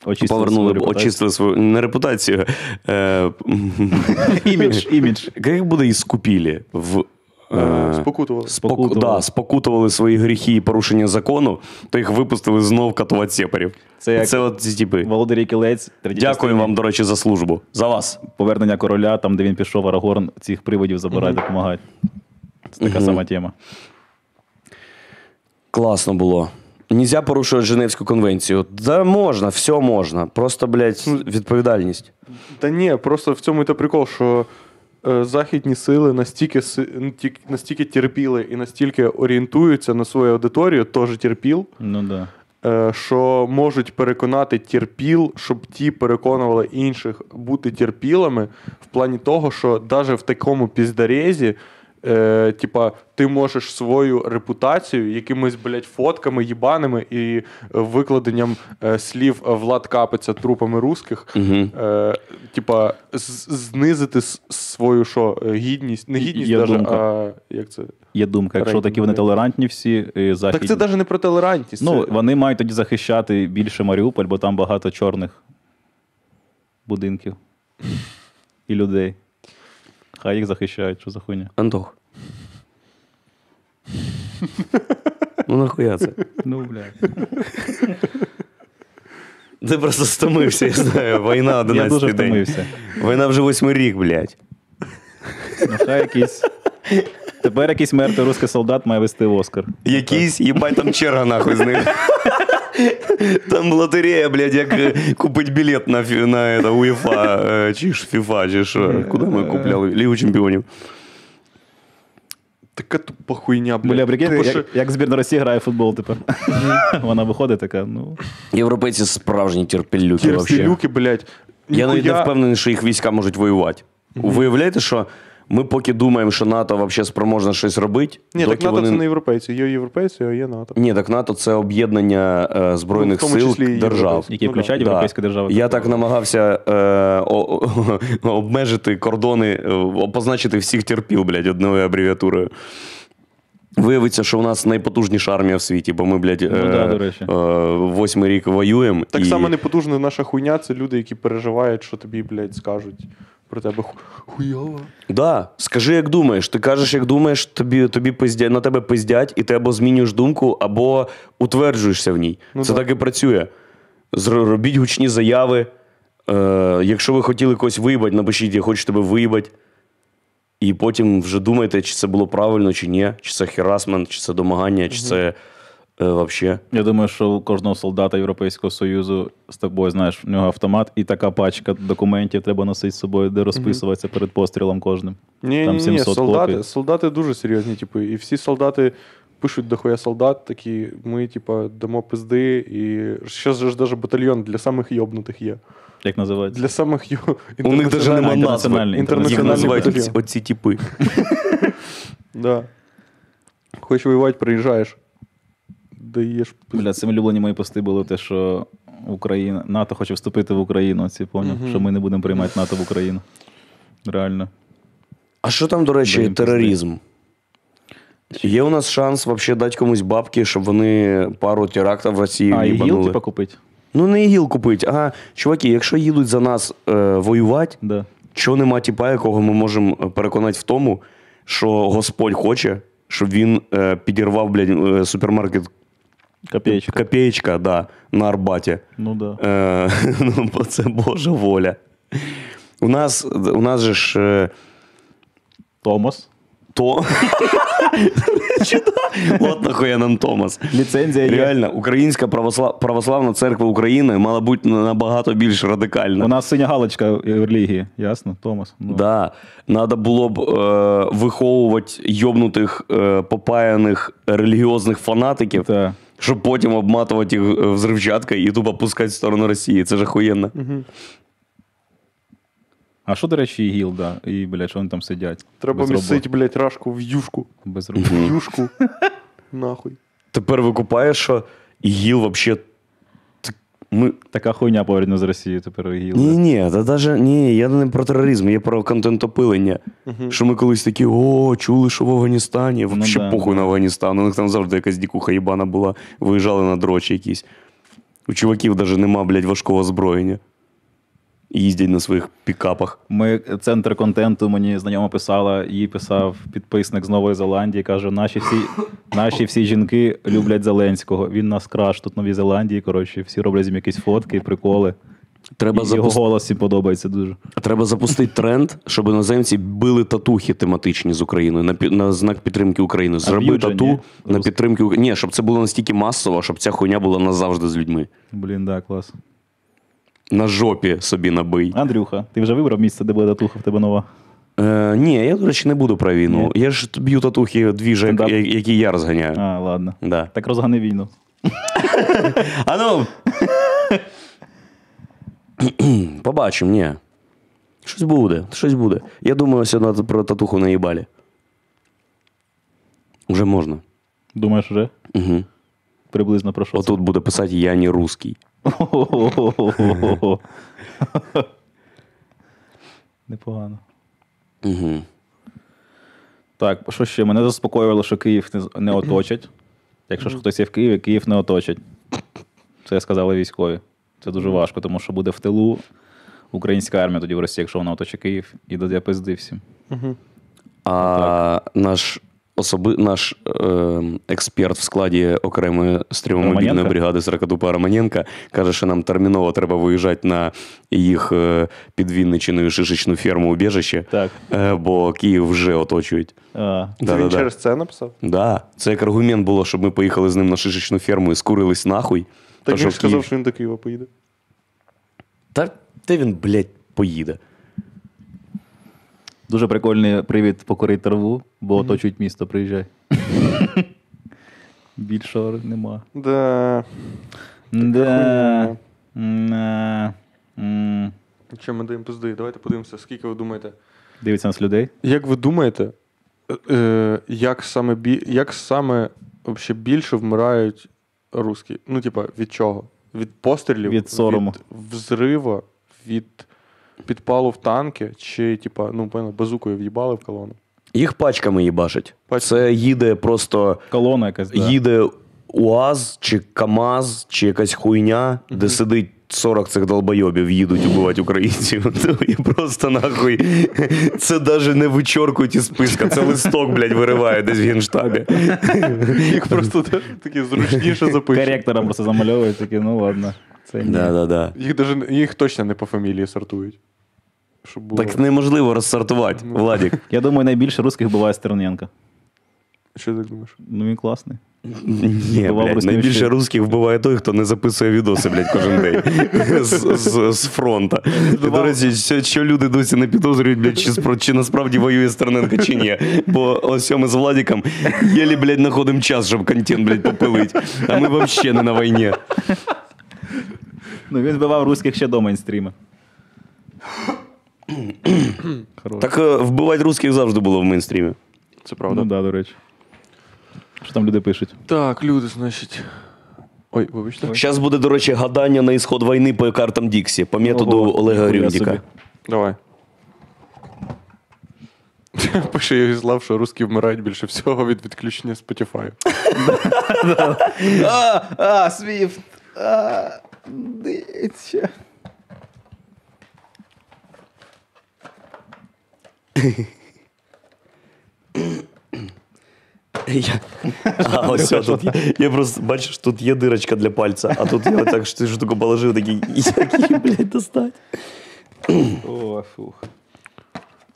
S1: Очистили
S2: повернули,
S1: свою репутацію.
S2: очистили свою не репутацію. Е,
S1: Імідж, імідж.
S2: як буде іскупілі в.
S3: Е,
S2: е,
S3: Спокутували.
S2: Споку...
S1: Спокутували.
S2: Да, спокутували свої гріхи і порушення закону, то їх випустили знов катувати сєпарів.
S1: Це
S2: Це,
S1: як-
S2: от ці типи.
S1: Володарій Кілець, третій
S2: Дякую вам, до речі, за службу. За вас.
S1: повернення короля, там, де він пішов, Арагорн цих приводів забирає, допомагає. Це така сама тема.
S2: Класно було. Нельзя порушувати Женевську конвенцію. Да можна, все можна. Просто, блядь, відповідальність.
S3: Та ні, просто в цьому і та прикол, що е, західні сили настільки, си- ті- настільки терпіли і настільки орієнтуються на свою аудиторію, теж терпіл,
S1: Ну да.
S3: е, що можуть переконати терпіл, щоб ті переконували інших бути терпілами, в плані того, що навіть в такому піздарезі. Е, типа, ти можеш свою репутацію якимись, блядь, фотками їбаними і е, викладенням е, слів е, Влад Капиця трупами русських,
S2: Угу.
S3: е, типа, з- знизити с- свою що, е, гідність, не
S1: Є-
S3: гідність,
S1: є
S3: даже,
S1: думка.
S3: а як це?
S1: Є думка, якщо
S3: Рейтинг
S1: такі вони
S3: людей.
S1: толерантні всі і західні.
S3: Так це навіть не про толерантність.
S1: Ну,
S3: це...
S1: вони мають тоді захищати більше Маріуполь, бо там багато чорних будинків і людей. Хай їх захищають, що за хуйня.
S2: Антох. ну нахуя це?
S1: Ну, блядь.
S2: Ти просто стомився, я знаю. Війна
S1: Я
S2: 11
S1: дуже
S2: день.
S1: втомився.
S2: Війна вже восьмий рік, блядь.
S1: Ну, хай якийсь. Тепер якийсь мертвий русський солдат має вести в Оскар.
S2: Якийсь, їбать, там черга нахуй з них. Там лотерея, блядь, як е, купить білет на, фі- на это, УЄФА, е, чи ж ФІФА, чи що. Куди ми купляли? Лігу чемпіонів.
S3: Така тупа хуйня, блядь.
S1: Бля, прикинь,
S3: Тупо, що-
S1: як, як збірна Росії грає в футбол тепер. Вона виходить така, ну.
S2: Європейці справжні терпелюки вообще.
S3: Кірстелюки, блядь.
S2: Я навіть не
S3: ніхуя-
S2: впевнений, що їх війська можуть воювати. Виявляєте, що ми поки думаємо, що НАТО вообще спроможне щось робити,
S3: Ні, так
S2: доки
S3: НАТО
S2: вони...
S3: це не європейці. Є європейці, а є НАТО.
S2: Ні, так НАТО це об'єднання е, збройних
S3: Ну, в тому
S2: сил
S3: числі і
S2: держав.
S3: європейські.
S1: які
S3: Ну, да.
S1: включають європейські держави.
S2: Я так намагався е, о- о- обмежити кордони, е, о- позначити всіх терпіл, блядь, одною абревіатурою. Виявиться, що у нас найпотужніша армія в світі, бо ми, блядь, е,
S1: Ну да, до речі.
S2: е, восьмий рік воюємо.
S3: Так
S2: і...
S3: само непотужна наша хуйня це люди, які переживають, що тобі, блядь, скажуть про тебе ху- хуйово.
S2: Да, скажи, як думаєш. Ти кажеш, як думаєш, тобі, тобі пиздя... на тебе пиздять, і ти або змінюєш думку, або утверджуєшся в ній.
S3: Ну
S2: Це
S3: да.
S2: так і працює. Зро- Робіть гучні заяви. Е, якщо ви хотіли когось виїбать, напишіть, я хочу тебе виїбать. І потім вже думайте, чи це було правильно, чи ні, чи це херасмент, чи це домагання, чи це е, вообще.
S1: Я думаю, що у кожного солдата Європейського Союзу з тобою, знаєш, в нього автомат і така пачка документів треба носити з собою, де розписуватися перед пострілом кожним.
S3: Ні,
S1: Там
S3: ні, ні,
S1: 700
S3: солдати,
S1: копій.
S3: солдати дуже серйозні, типу, і всі солдати пишуть дохуя солдат, такі ми, типу, дамо пизди, і зараз же ж даже батальйон для самих йобнутих є.
S1: Як називається?
S3: Для самих йо...
S2: У них навіть
S3: інтернаціональних-
S2: нема назви.
S1: інтернаціональний,
S2: Їх
S3: інтернаціональний
S2: називають
S3: батальйон.
S2: оці, оці типи.
S3: Да. Хочеш воювати, приїжджаєш. Даєш пизди.
S1: Бля, це улюблені мої пости були те, що Україна, НАТО хоче вступити в Україну, ці поняв, що ми не будемо приймати НАТО в Україну. Реально.
S2: А що там, до речі,
S1: Блін,
S2: тероризм? Є у нас шанс вообще дати комусь бабки, щоб вони пару терактів в Росії
S1: А, і гіл,
S2: їбанули?
S1: типа, купить.
S2: Ну, не ігіл купить. Ага, чуваки, якщо їдуть за нас е, воювати,
S1: Да.
S2: чого нема тіпа, якого ми можемо переконати в тому, що Господь хоче, щоб він е, підірвав, блядь, е, супермаркет
S1: Копеечка.
S2: Копеєчка, да, на Арбаті.
S1: Ну да.
S2: Е, ну, бо це Божа воля. У нас, у нас же ж. е,
S1: Томас.
S2: То. Чи да? От нахуя нам Томас.
S1: Ліцензія є.
S2: Реально, Українська православ... православна церква України мала бути на- набагато більш радикальна.
S1: У нас синя галочка е, релігії, ясно, Томас. Ну.
S2: Да. Надо було б е, виховувати йобнутих е, попаяних релігіозних фанатиків,
S1: Та.
S2: щоб потім обматувати їх е, взривчаткою і тупо пускати в сторону Росії. Це ж охуєнно.
S1: А що, до речі, ІГІЛ, да. І, блядь, що вони там сидять?
S3: Треба
S1: Без роботи.
S3: місити, блядь, рашку в юшку.
S1: Без рук.
S3: В юшку. Нахуй.
S2: Тепер викупаєш, що ІГІЛ вообще. т- Ми...
S1: Така хуйня повернена з Росії тепер ІГІЛ.
S2: Ні,
S1: да.
S2: ні, та даже ні, я не про тероризм, я про контентопилення. Що ми колись такі, о, чули, що в Афганістані.
S1: Ну
S2: Ще
S1: да,
S2: похуй на Афганістан. У них там завжди якась дікуха їбана була, виїжджали на дрочі якісь. У чуваків навіть нема, блядь, важкого озброєння. Їздять на своїх пікапах.
S1: Ми центр контенту мені знайома писала, їй писав підписник з Нової Зеландії. Каже: наші всі, наші всі жінки люблять Зеленського. Він нас краш тут в Новій Зеландії. Коротше, всі роблять з ним якісь фотки, приколи.
S2: Треба,
S1: І Його голос їм подобається дуже.
S2: Треба запустити тренд, щоб іноземці били татухи тематичні з Україною на, пі- на знак підтримки України. Зроби
S1: б'ють же,
S2: тату
S1: ні?
S2: на підтримки України. Ні, щоб це було настільки масово, щоб ця хуйня була назавжди з людьми.
S1: Блін, да, клас.
S2: На жопі собі набий.
S1: Андрюха, ти вже вибрав місце, де буде татуха в тебе нова.
S2: Е, ні, я, до речі, не буду про війну. Я ж т- б'ю татухи дві ж, як-
S1: Да.
S2: я- які я розганяю. А,
S1: А, ладно.
S2: да.
S1: Так розгани війну.
S2: а ну! Побачимо, ні. Щось буде, щось буде. Я думаю, сьогодні про татуху наїбалі. Уже можна.
S1: Думаєш, вже
S2: Угу.
S1: приблизно про що? це?
S2: Отут буде писати Я не русський.
S1: О-о-о-о-о-о. Непогано.
S2: Угу.
S1: Так, що ще? Мене заспокоювало, що Київ не, з- не оточать. Якщо ж хтось є в Києві, Київ не оточать. Це сказали військові. Це дуже важко, тому що буде в тилу українська армія тоді в Росії, якщо вона оточить Київ, і дадя пизди всім.
S2: А
S3: Ну
S2: наш, особи, наш е, експерт в складі окремої стрімомобільної
S1: Романенко?
S2: бригади 42 Романенка каже, що нам терміново треба виїжджати на їх е, під Вінничиною шишечну ферму убіжище,
S1: Так.
S2: е, бо Київ вже оточують.
S1: А,
S3: Це він
S2: Да-да-да.
S3: через це написав?
S2: Да, це як аргумент було, щоб ми поїхали з ним на шишечну ферму і скурились нахуй.
S3: Так
S2: що
S3: він
S2: в
S3: ж сказав,
S2: Київ-
S3: що він до Києва поїде.
S2: Та де він, блядь, поїде?
S1: дуже прикольний привід покорити траву, бо оточують місто, приїжджай. Більшого нема.
S3: Да.
S1: Да.
S3: хуйня.
S1: М, м.
S3: Чим ми даємо пизди? Давайте подивимося, скільки ви думаєте.
S1: Дивиться нас людей.
S3: Як ви думаєте, е, е, як саме, бі... як саме вообще більше вмирають русські? Ну, типа, від чого? Від пострілів,
S1: Від сорому.
S3: від взрива, від підпалу в танки, чи, типа, ну, певно, базукою в'їбали в колону.
S2: Їх пачками їбашать.
S3: Пачками.
S2: Це їде просто.
S1: Колона якась. Да.
S2: їде УАЗ чи КАМАЗ, чи якась хуйня, де сидить 40 цих долбойобів, їдуть убивати українців. Ну, І просто нахуй. Це навіть не вичоркують із списка, це листок, блядь, вириває десь в генштабі.
S3: Їх просто такі зручніше запишуть.
S1: Коректором просто замальовують, такі, ну ладно. Це ні.
S2: Да-да-да.
S3: Їх, даже, не- їх точно не по фамілії сортують. Щоб було.
S2: Так неможливо розсортувати, Владік.
S1: Я думаю, найбільше русських буває Стерненко.
S3: Що ти так думаєш?
S1: Ну він класний.
S2: Ні,
S1: Бував
S2: блядь,
S1: русський
S2: найбільше
S1: вчитель.
S2: русських вбиває той, хто не записує відоси, блядь, кожен день з, з, з фронта. І, до речі, що, що люди досі не підозрюють, блядь, чи, спро- чи насправді воює Стерненко, чи ні. Бо ось ми з Владіком єлі, блядь, знаходимо час, щоб контент, блядь, попилить. А ми взагалі не на війні.
S1: Ну він вбивав русських ще до мейнстріма. Хорош.
S2: Так е, вбивати русських завжди було в мейнстрімі.
S3: Це
S1: ну
S3: правда.
S1: да, до речі. Що там люди пишуть?
S3: Так, люди, значить. Ой, вибачте.
S2: Зараз буде, до речі, гадання на ісход війни по картам Діксі, по методу
S1: Ого,
S2: Олега
S1: ніхуя
S2: Рюдіка.
S1: собі.
S3: Давай. Пише Югіслав, що русські вмирають більше всього від відключення Spotify.
S1: А, а, Свіфт. А, дивіться.
S2: Я... А, ось все, тут є, я просто, бачиш, тут є дирочка для пальця, а тут я отак ж- ти ж штуку положив, такий, як її, блядь, достать?
S1: О, фух.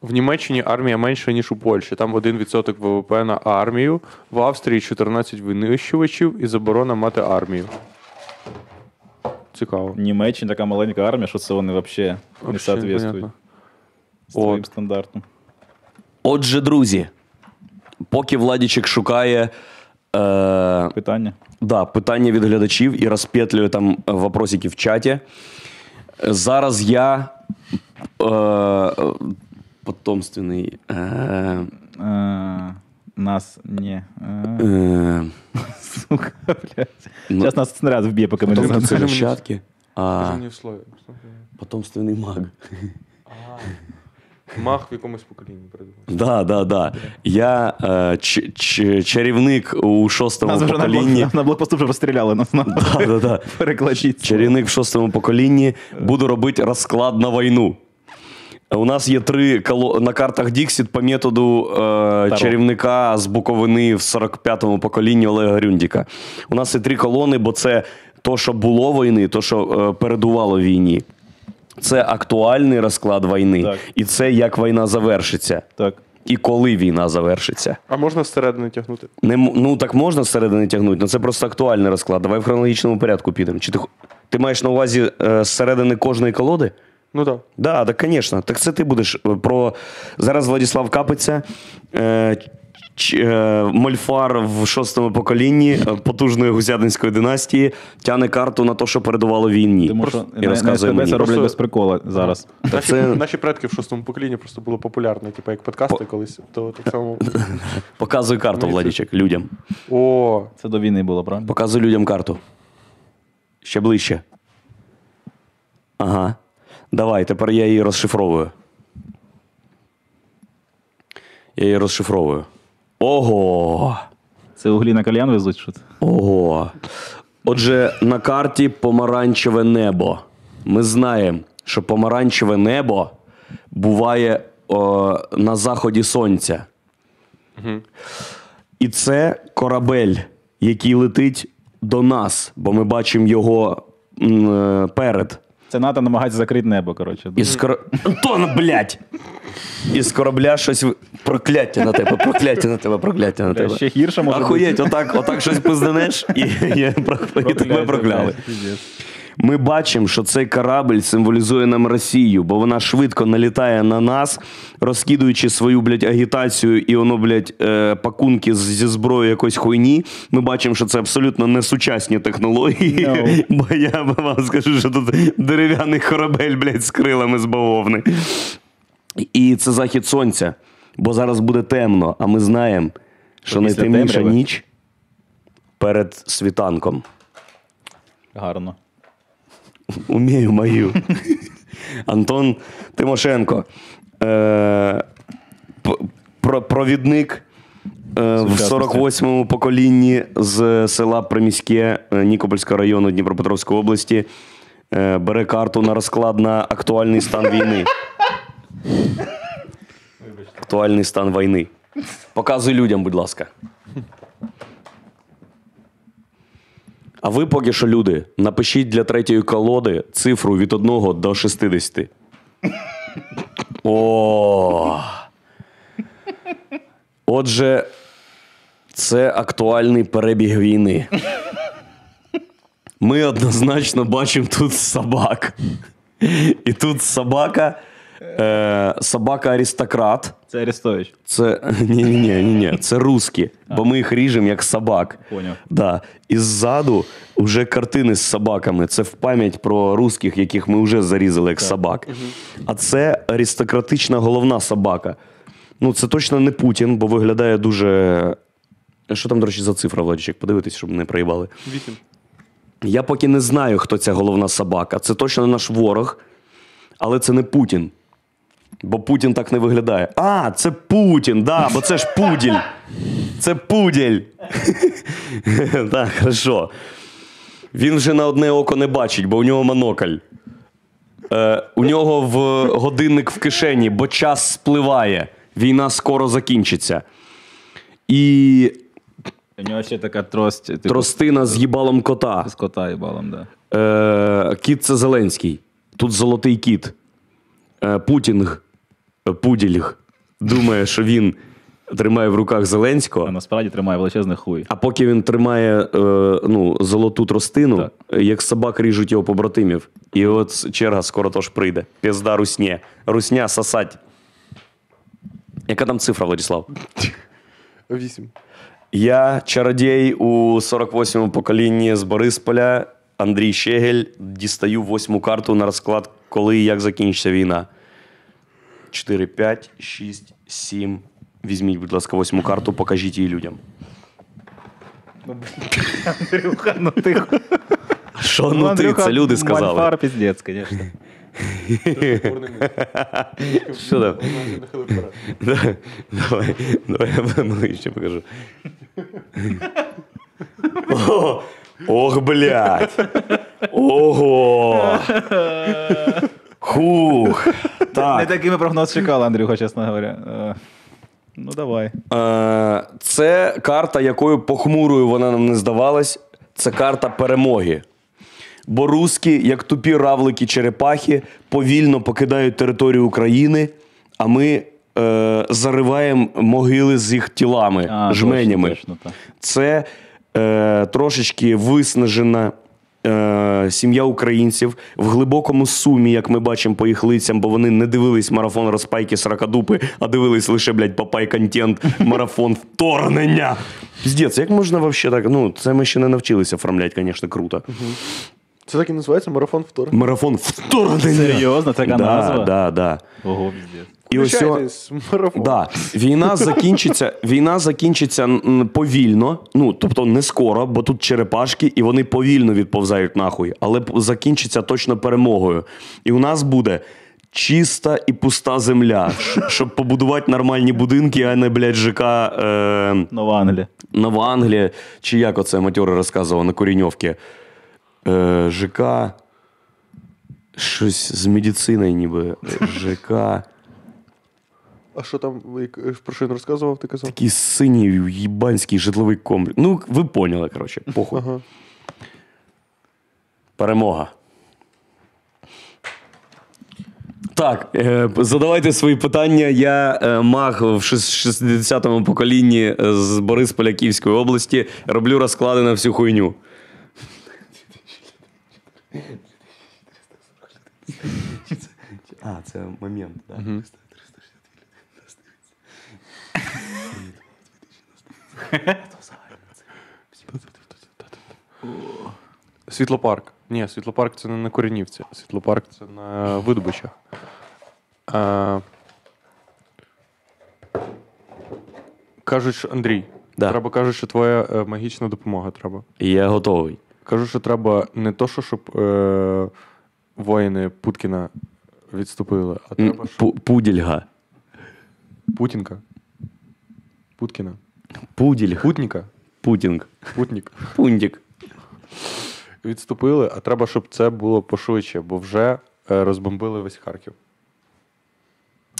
S3: В Німеччині армія менша, ніж у Польщі. Там 1% ВВП на армію, в Австрії 14 винищувачів і заборона мати армію. Цікаво.
S1: Німеччина така маленька армія, що це вони взагалі не
S3: Вообще
S1: соответствують
S3: непонятно.
S1: з твоїм
S3: От.
S1: стандартом.
S2: Отже, друзі, поки Владічик шукає е,
S1: Питання?
S2: Да, питання від глядачів і розпетлюю там е, вопросики в чаті. Е, Зараз я е, е, потомственний. Е,
S1: Е, нас не. Е,
S2: е,
S1: сука, блядь.
S2: Ну.
S1: Зараз нас снаряд вб'є, поки ми не
S2: потомственні
S1: знаємо.
S3: це-
S2: нащадки, а
S3: Це не в слові.
S2: потомственний маг.
S3: Мах в якомусь поколінні придумав.
S2: Да, да, да. Я е, ч- ч- чарівник у шостому
S1: Нас вже на, блок,
S2: поколінні.
S1: на блокпосту вже розстріляли нас на
S2: Да, да, да.
S1: перекладіть.
S2: Чарівник в шостому поколінні буду робити розклад на війну. У нас є три коло... на картах Діксіт по методу е, чарівника з Буковини в 45-му поколінні Олега Грюндіка. У нас є три колони, бо це то, що було війни, то, що е, передувало війні. Це актуальний розклад війни,
S1: Так.
S2: і це як війна завершиться,
S1: Так.
S2: і коли війна завершиться.
S3: А можна зсередини тягнути?
S2: Не, м- ну так можна зсередини тягнути, але це просто актуальний розклад. Давай в хронологічному порядку підемо. Чи ти, х- ти маєш на увазі е, зсередини кожної колоди?
S3: Ну так.
S2: Да, так, звісно. Так це ти будеш е, про. Зараз Владислав Капиця, е, ч, е, Мольфар в шостому поколінні е, потужної гузядинської династії тягне карту на те, що передувало війні.
S1: Тому
S2: Просто-
S1: що
S2: і розказує
S1: НСТБ
S2: мені.
S1: це роблять
S3: Просто-
S1: без прикола зараз.
S3: Наші,
S2: це-
S3: наші предки в шостому поколінні просто було популярно, типу як подкасти колись, то так само.
S2: Показуй карту,
S3: Мені
S2: Владічек, людям.
S3: О,
S1: Це до війни було, правильно?
S2: Показуй людям карту. Ще ближче. Ага. Давай, тепер я її розшифровую. Я її розшифровую. Ого.
S1: Це углі на кальян везуть, що це?
S2: Ого. Отже, на карті помаранчеве небо. Ми знаємо, що помаранчеве небо буває о, на заході сонця. І це корабель, який летить до нас, бо ми бачимо його м, е, перед.
S1: Це НАТО намагається закрити небо, коротше.
S2: Із кор... Антон, блядь! Із корабля щось ви- прокляття на тебе, прокляття на тебе, прокляття на тебе.
S1: ще гірше може
S2: Ахуєть, отак, отак щось пизденеш, і, і, про- і тебе прокляли. Ми бачимо, що цей корабль символізує нам Росію, бо вона швидко налітає на нас, розкидуючи свою блядь, агітацію і воно, блядь, е, пакунки з- зі зброєю якоїсь хуйні. Ми бачимо, що це абсолютно не сучасні технології.
S1: No.
S2: Бо я вам скажу, що тут дерев'яний корабель, блядь, з крилами з бавовни. І це захід сонця. Бо зараз буде темно, а ми знаємо, що
S1: Бо після
S2: найтемніша
S1: темряви.
S2: ніч перед світанком.
S1: Гарно.
S2: Умію мою. Антон Тимошенко. Е, п- про- провідник е, в
S1: Сучасності.
S2: 48-му поколінні з села Приміське е, Нікопольського району Дніпропетровської області. Е, бере карту на розклад на актуальний стан війни. Актуальний стан війни. Показуй людям, будь ласка. А ви поки що, люди, напишіть для третьої колоди цифру від 1 до 60. О. Отже, це актуальний перебіг війни. Ми однозначно бачимо тут собак. І тут собака. Е, собака аристократ.
S1: Це Арестович.
S2: Це ні, ні, ні, ні, ні. Це русські, бо ми їх ріжемо як собак.
S1: Поняв.
S2: Да. І ззаду вже картини з собаками. Це в пам'ять про русських, яких ми вже зарізали як собак. А це аристократична головна собака. Ну, це точно не Путін, бо виглядає дуже. Що там, до речі, за цифра, Владичек? Подивитись, щоб не проїбали.
S3: вісім.
S4: Я поки не знаю, хто ця головна собака. Це точно не наш ворог, але це не Путін. Бо Путін так не виглядає. А, це Путін, да, бо це ж пуділь. Це пуділь. Так, хорошо. Він вже на одне око не бачить, бо у нього монокль. Е, у нього в годинник в кишені, бо час спливає. Війна скоро закінчиться. І
S1: У нього ще така трость, типу,
S4: тростина з їбалом кота.
S1: з кота і балом, да.
S4: Е, кіт це Зеленський. Тут золотий кіт. Е, Путінг. е, Пуділг. Думає, що він тримає в руках
S1: А
S4: Зеленського.
S1: насправді тримає величезний хуй.
S4: А поки він тримає е, ну, золоту тростину,
S1: Так.
S4: е, як собак ріжуть його побратимів. І от с- черга скоро тож прийде. Пізда русня. Русня сосать. Яка там цифра, Владислав?
S3: Вісім.
S2: Я чародій у 48-му поколінні з Борисполя, Андрій Щегель, дістаю восьму карту на розклад, коли і як закінчиться війна. 4, 5, 6, 7. Візьміть, будь ласка, восьму карту, покажіть її людям.
S1: Андрюха, ну ти
S2: Що ну ти? Це люди сказали.
S1: Мальфар піздець, звісно.
S2: Що там? Да, Давай, давай я поближче ще покажу. О, ох, блядь. Ого. Хух.
S1: Не
S2: Так.
S1: такими прогноз чекала, Андрюха, чесно говоря. Е, Ну, давай.
S2: Е, Це карта, якою похмурою вона нам не здавалась. Це карта перемоги. Бо руски, як тупі равлики черепахи, повільно покидають територію України, а ми е, зариваємо могили з їх тілами,
S1: А,
S2: жменями.
S1: точно, точно, так.
S2: Це е, трошечки виснажена е, сім'я українців в глибокому сумі, як ми бачимо по їх лицям, бо вони не дивились марафон розпайки Сракадупи, а дивились лише, блядь, папай контент, марафон вторгнення. Піздець, як можна вообще так? Ну, це ми ще не навчилися оформляти, звісно, круто.
S3: Це так і називається марафон вторг.
S2: Марафон вторгнення.
S1: Серйозно? Така
S2: да,
S1: назва?
S2: Да, да.
S1: Ого, піздець.
S2: І ось цього-
S3: Включайтесь, марафон.
S2: Да. Війна закінчиться, війна закінчиться м, повільно, ну тобто не скоро, бо тут черепашки, і вони повільно відповзають нахуй, але п- закінчиться точно перемогою. І у нас буде чиста і пуста земля, щ- щоб побудувати нормальні будинки, а не, блядь, ЖК е,
S1: Нова Англія.
S2: Нова Англія, чи як оце матьори розказував на Куріньовці. Е, ЖК. Щось з медициною ніби. Е, ЖК.
S3: А що там, як- про що він розказував, ти казав?
S2: Такий синій їбанський житловий комплекс. Ну, ви поняли, коротше, похуй.
S3: Ага.
S2: Перемога. Так, е, задавайте свої питання. Я е, маг в шес- 60-му поколінні е, з Борисполя Київської області. Роблю розклади на всю хуйню. А, це момент, так.
S3: Світлопарк. Ні, світлопарк це не на Корінівці. Світлопарк це на видобичах. А... Кажуть, що Андрій.
S2: Да.
S3: Треба кажуть, що твоя е, магічна допомога треба.
S2: Я готовий.
S3: Кажуть, що треба не то, що щоб е, воїни Путкіна відступили, а
S2: М,
S3: треба, щоб
S2: Пу- Пудільга.
S3: Путінка. Путкіна.
S2: Пудільг.
S3: Путніка.
S2: Путінг.
S3: Путнік.
S2: Пундік.
S3: Відступили, а треба, щоб це було пошвидше, бо вже е, розбомбили весь Харків.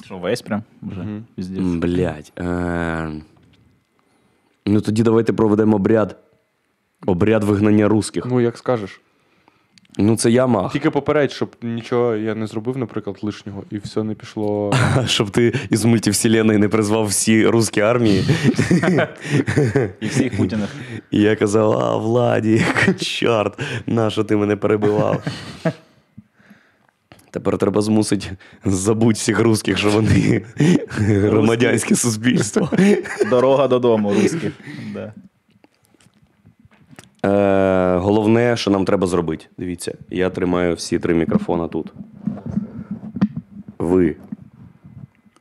S1: Що, весь прям? Вже?
S3: Мгм.
S1: Піздець.
S2: Блять. Ну тоді давайте проведемо обряд. Обряд вигнання русських.
S3: Ну, як скажеш.
S2: Ну, це я мах.
S3: Тільки попередь, щоб нічого я не зробив, наприклад, лишнього, і все не пішло.
S2: Щоб ти із мультивселеної не призвав всі русські армії.
S1: І всіх Путіних.
S2: І я казав: а, Владік, чорт, нащо ти мене перебивав? Тепер треба змусити забути всіх русських, що вони громадянське суспільство.
S1: Дорога додому, русські. Да.
S2: Е, головне, що нам треба зробити. Дивіться, я тримаю всі три мікрофона тут. Ви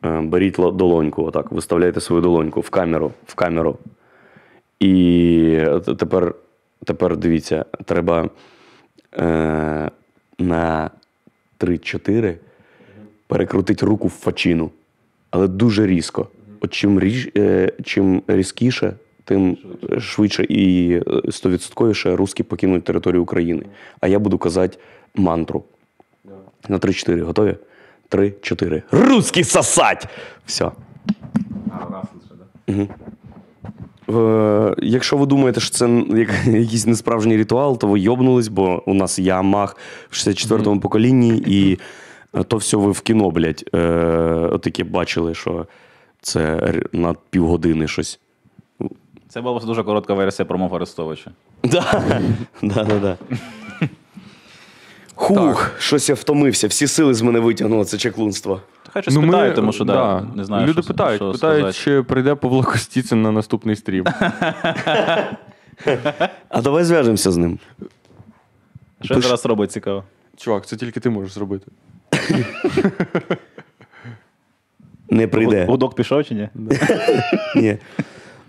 S2: е, беріть ло- долоньку, отак, виставляйте свою долоньку в камеру, в камеру. І т- тепер Тепер дивіться, треба е, на 3-4 перекрутити руку в фачину, але дуже різко. От чим, ріж, е, чим різкіше, тим швидше і е, 100% русські покинуть територію України. А я буду казати мантру. На 3-4 готові? 3-4. Русські сосать! Все. Е, якщо ви думаєте, що це як, якийсь несправжній ритуал, то ви йобнулись, бо у нас я мах в 64-му поколінні, і е, то все ви в кіно, блядь, е, таке бачили, що це р- на півгодини щось.
S1: Це була дуже коротка версія про мого Арестовича.
S2: Да, да, да, да. Хух, щось я втомився, всі сили з мене витягнуло це чаклунство.
S1: Та Хай щось питають, тому що да, не знаю,
S3: Ну, Люди
S1: що,
S3: питають,
S1: що
S3: питають,
S1: сказати.
S3: чи прийде Павло Костіцин на наступний стрім.
S2: А давай зв'яжемося з ним.
S1: Що він зараз робить цікаво?
S3: Чувак, це тільки ти можеш зробити.
S2: Не прийде.
S1: Гудок пішов чи ні?
S2: Ні.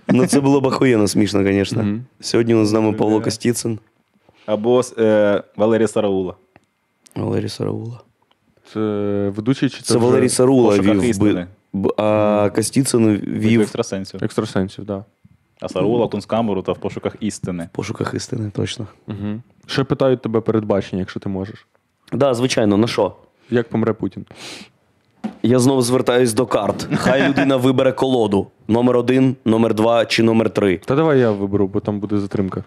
S2: Ну це було б охуєнно смішно, звісно. Сьогодні у нас з нами Павло Костіцин,
S1: Або е, Валерія Сараула.
S2: Валерій Сараула.
S3: Це ведучий чи
S2: Це Валерій Сарула
S1: пошуках
S2: вів.
S1: істини.
S2: Би, б- а Костіцин
S1: Вів
S2: вів
S1: екстрасенсів.
S3: екстрасенсів, так.
S1: А Сараула в Тунскамеру та в пошуках істини.
S2: в пошуках істини, точно.
S3: Да. Угу. Ще питають тебе передбачення, якщо ти можеш.
S2: Так, да, звичайно, на що?
S3: Як помре Путін?
S2: Я знову звертаюсь до карт. Хай людина вибере колоду: номер один, номер два чи номер три.
S3: Та давай я виберу, бо там буде затримка.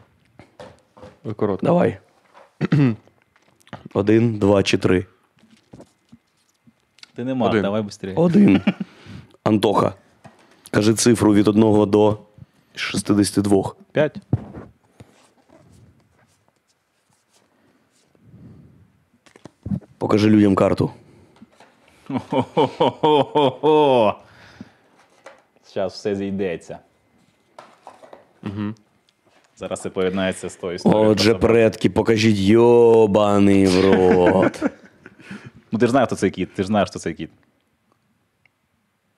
S3: Коротко.
S2: Давай. Один, два чи три.
S1: Ти нема,
S3: Один.
S1: давай швидше.
S2: Один. Антоха. Кажи цифру від 1 до 62.
S1: П'ять.
S2: Покажи людям карту.
S1: Хо-хо-хо-хо-хо. Зараз все зійдеться. Угу. Зараз це поєднається з тою історією.
S2: Отже,
S1: про собаку.
S2: предки, покажіть йобаний в рот.
S1: Ну ти ж знаєш, хто цей кіт. Ти ж знаєш, хто цей кіт.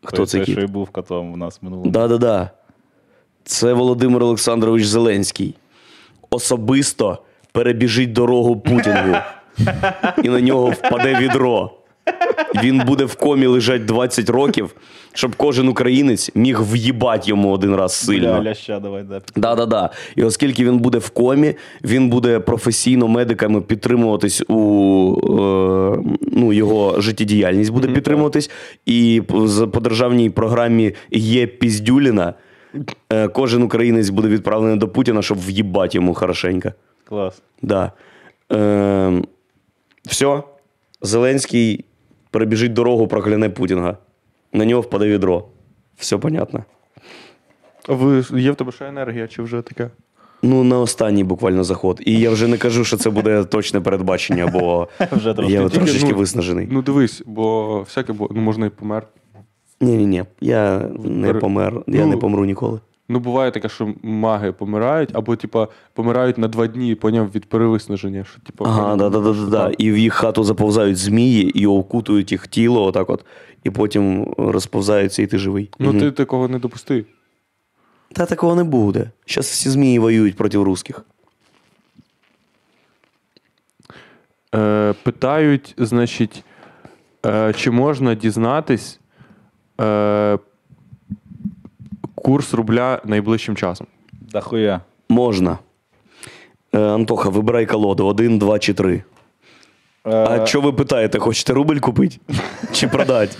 S2: Хто
S1: Той-
S2: це
S1: той,
S2: кіт?
S1: Що і був котом в нас в минулому.
S2: Да, да, да. Це Володимир Олександрович Зеленський. Особисто перебіжить дорогу Путінгу. І на нього впаде відро. Він буде в комі лежать 20 років, щоб кожен українець міг в'їбать йому один раз сильно.
S1: Бля, ляща, давай, да.
S2: Да, да, да. І оскільки він буде в комі, він буде професійно медиками підтримуватись у е, ну, його життєдіяльність буде підтримуватись. І п- з- по державній програмі є піздюліна. е, Кожен українець буде відправлений до Путіна, щоб в'їбати йому хорошенько.
S1: Клас.
S2: Да. Е, все. Зеленський перебіжить дорогу, прокляне Путіна. На нього впаде відро. Все понятно.
S3: А ви є в тебе ще енергія, чи вже таке?
S2: Ну, на останній буквально заход. І я вже не кажу, що це буде точне передбачення, бо
S1: Вже трошки.
S2: я
S1: Тільки,
S2: трошечки
S3: ну,
S2: виснажений.
S3: Ну дивись, бо всяке бо ну можна і помер.
S2: Ні, ні, ні. Я не
S3: Пере-
S2: помер, я
S3: Ну,
S2: не помру ніколи.
S3: Ну буває таке, що маги помирають, або типа помирають на два дні, поняв від перевиснаження. Що, типа,
S2: Ага, да, да, да, да, да. І в їх хату заповзають змії і окутують їх тіло, отак от, і потім розповзаються, і ти живий.
S3: Ну
S2: Мгм.
S3: ти такого не допусти.
S2: Та такого не буде. Зараз всі змії воюють проти русських.
S3: Е, питають, значить, е, чи можна дізнатись е, курс рубля найближчим часом?
S1: Да хуя.
S2: Можна. Е, Антоха, вибирай колоду: один, два чи
S1: Е,
S2: три. А що ви питаєте, хочете рубль купити чи продати?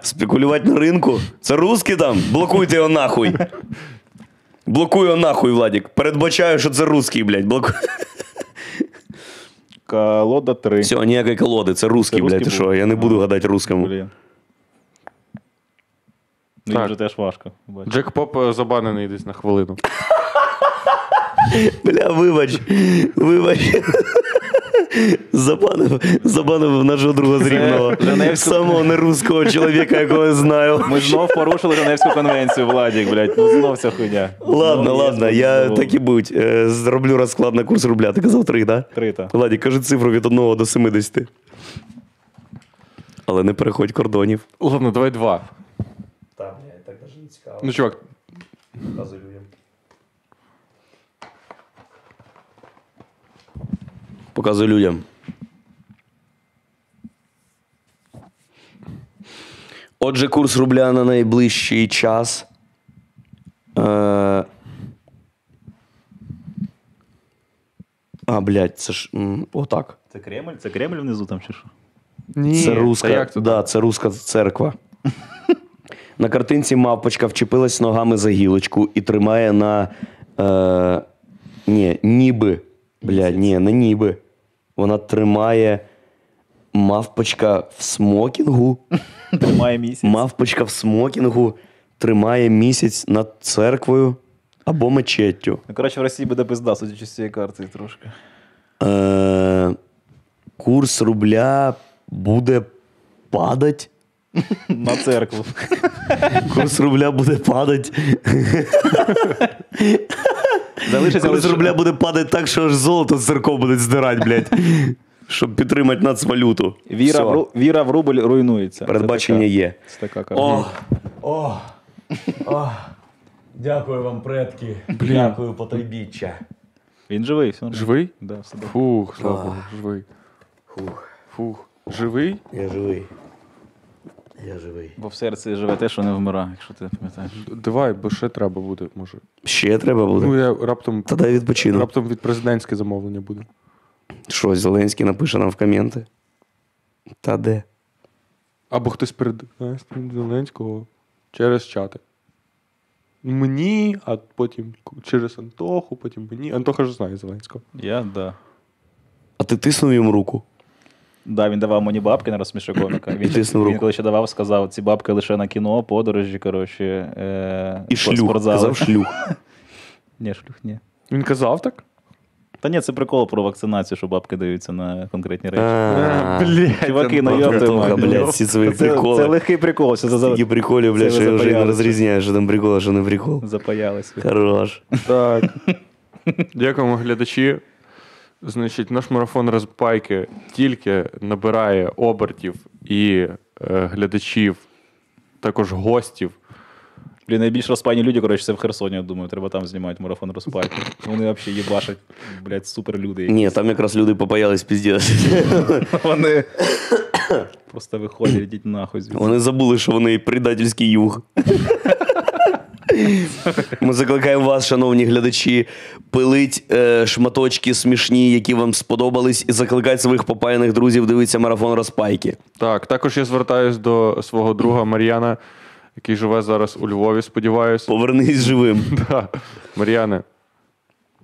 S2: Спекулювати на ринку? Це русський там? Блокуйте його нахуй. Блокуй його нахуй, Владік. Передбачаю, що це русський, блядь. Блоку...
S1: Колода 3.
S2: Все, ніякої колоди, це русський,
S1: Це русський
S2: блядь. Ти
S1: був.
S2: що? Я не буду гадати русскому.
S1: Блін. Ну,
S3: Так.
S1: їм же теж важко. бачу.
S3: Джек Поп е, забанений десь на хвилину.
S2: Бля, вибач. Вибач. Забанив, забанив нашого друга з рівного.
S1: Женевську-
S2: Самого нерусського чоловіка, якого я знаю.
S1: Ми знов порушили Женевську конвенцію, Владік, блядь. Ну знов ця хуйня.
S2: Ладно,
S1: Знов
S2: ладно,
S1: є
S2: я
S1: знову
S2: так і будь. Е, Зроблю розклад на курс рубля. Ти казав три, так? Да?
S1: Крита.
S2: Владі, кажи цифру від 1 до 70. Але не переходь кордонів.
S3: Ладно, давай два.
S2: Так, я так навіть не цікаво.
S3: Ну, чувак,
S2: Показую людям. показуй людям. Отже, курс рубля на найближчий час. Е... А, блядь, це ж м, отак.
S1: Це Кремль? Це Кремль внизу там чи що?
S3: Ні,
S2: Це руска,
S3: Та як це?
S2: да, це руска церква. На картинці мавпочка вчепилась ногами за гілочку і тримає на. Е, ні, ніби. Бля, ні, не ніби. Вона тримає мавпочка в смокінгу.
S1: Тримає місяць.
S2: Мавпочка в смокінгу тримає місяць над церквою або мечеттю.
S1: Ну, коротше, в Росії буде пизда, судячи з цієї карти трошки.
S2: Е, курс рубля буде падать.
S1: На церкву.
S2: Курс рубля буде падать.
S1: Залишиться
S2: Курс
S1: лише...
S2: рубля буде падати так, що аж золото з церков буде здирати, блядь. Щоб підтримати нацвалюту.
S1: Віра,
S2: Все.
S1: в ру... Віра в рубль руйнується. Це
S2: Передбачення
S1: така-
S2: є.
S1: Це така карта.
S2: О,
S5: Дякую вам, предки.
S3: Дякую,
S5: потребіччя.
S1: Він живий, все нормально.
S3: Живий?
S1: Да, все добре.
S3: Фух, слава Богу, живий. Фух. Фух. Живий?
S2: я живий. Я живий.
S1: Бо в серці живе те, що не вмирає, якщо ти пам'ятаєш.
S3: Давай, бо ще треба буде, може.
S2: Ще треба
S3: Ну,
S2: буде.
S3: я раптом,
S2: Та дай відпочину.
S3: раптом від президентське замовлення буде.
S2: Що, Зеленський напише нам в коменти? Та де?
S3: Або хтось передасть Зеленського через чати. Мені, а потім к- через Антоху, потім мені. Антоха ж знає Зеленського.
S1: Я, да.
S2: А ти тиснув йому руку?
S1: Да, він давав мені бабки на розсміши коміка. Він,
S2: тиснув
S1: він
S2: руку.
S1: коли ще давав, сказав, ці бабки лише на кіно, подорожі, коротше. Е...
S2: І
S1: спор-
S2: шлюх.
S1: спортзали».
S2: Казав шлюх.
S1: Ні, шлюх, ні.
S3: Він казав так?
S1: Та ні, це прикол про вакцинацію, що бабки даються на конкретні речі.
S3: Е,
S2: А,
S3: Блять.
S1: Чуваки, ну йопте
S2: Антоха,
S1: мать.
S2: блядь, всі свої
S1: Це-
S2: приколи.
S1: Це легкий прикол, що за...
S2: Такі приколі,
S1: це
S2: блядь, що
S1: ви
S2: я вже й не
S1: запаялися.
S2: розрізняю, що там прикол, а що не прикол.
S1: запаялись.
S2: Хорош.
S3: Так. Дякуємо, глядачі. Значить, наш марафон розпайки тільки набирає обертів і е, глядачів, також гостів.
S1: Блін, найбільш розпайні люди, коротше, це в Херсоні, я думаю, треба там знімати марафон розпайки. Вони взагалі їбашать, блядь, супер люди.
S2: Ні, там якраз люди попаялись піздець.
S1: Вони просто виходять, йдіть нахуй звідси.
S2: Вони забули, що вони предательський юг. Ми закликаємо вас, шановні глядачі, пилить е, шматочки смішні, які вам сподобались, і закликайте своїх попаяних друзів дивитися марафон розпайки.
S3: Так, також я звертаюсь до свого друга Мар'яна, який живе зараз у Львові, сподіваюся.
S2: Повернись живим.
S3: Да. Мар'яне,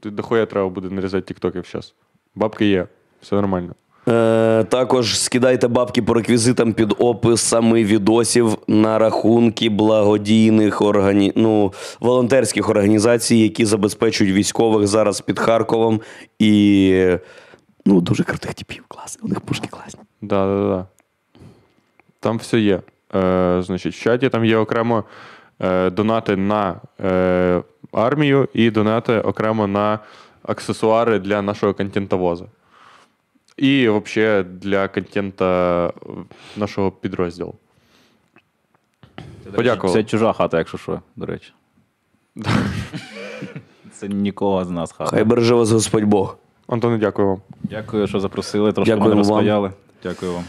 S3: ти дохуя треба буде нарізати тіктоків зараз. Бабки є, все нормально.
S2: Е, також скидайте бабки по реквізитам під описами відосів на рахунки благодійних органі... ну, волонтерських організацій, які забезпечують військових зараз під Харковом. І ну, дуже крутих типів. Клас, у них пушки класні.
S3: Да, да, да. Там все є. Е, значить, в чаті там є окремо е, донати на е, армію і донати окремо на аксесуари для нашого контентовоза. І взагалі для контента нашого підрозділу. Подякував.
S1: Це чужа хата, якщо що, до речі. Це нікого з нас хата.
S2: Хай береже вас Господь Бог.
S3: Антоне, дякую вам.
S1: Дякую, що запросили, трошки
S2: Дякуємо
S1: мене
S2: вам.
S1: розпаяли. Дякую вам.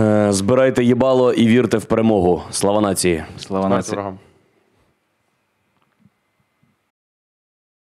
S2: Е, збирайте їбало і вірте в перемогу. Слава нації!
S1: Слава
S3: Смерть
S1: нації.
S3: ворогам.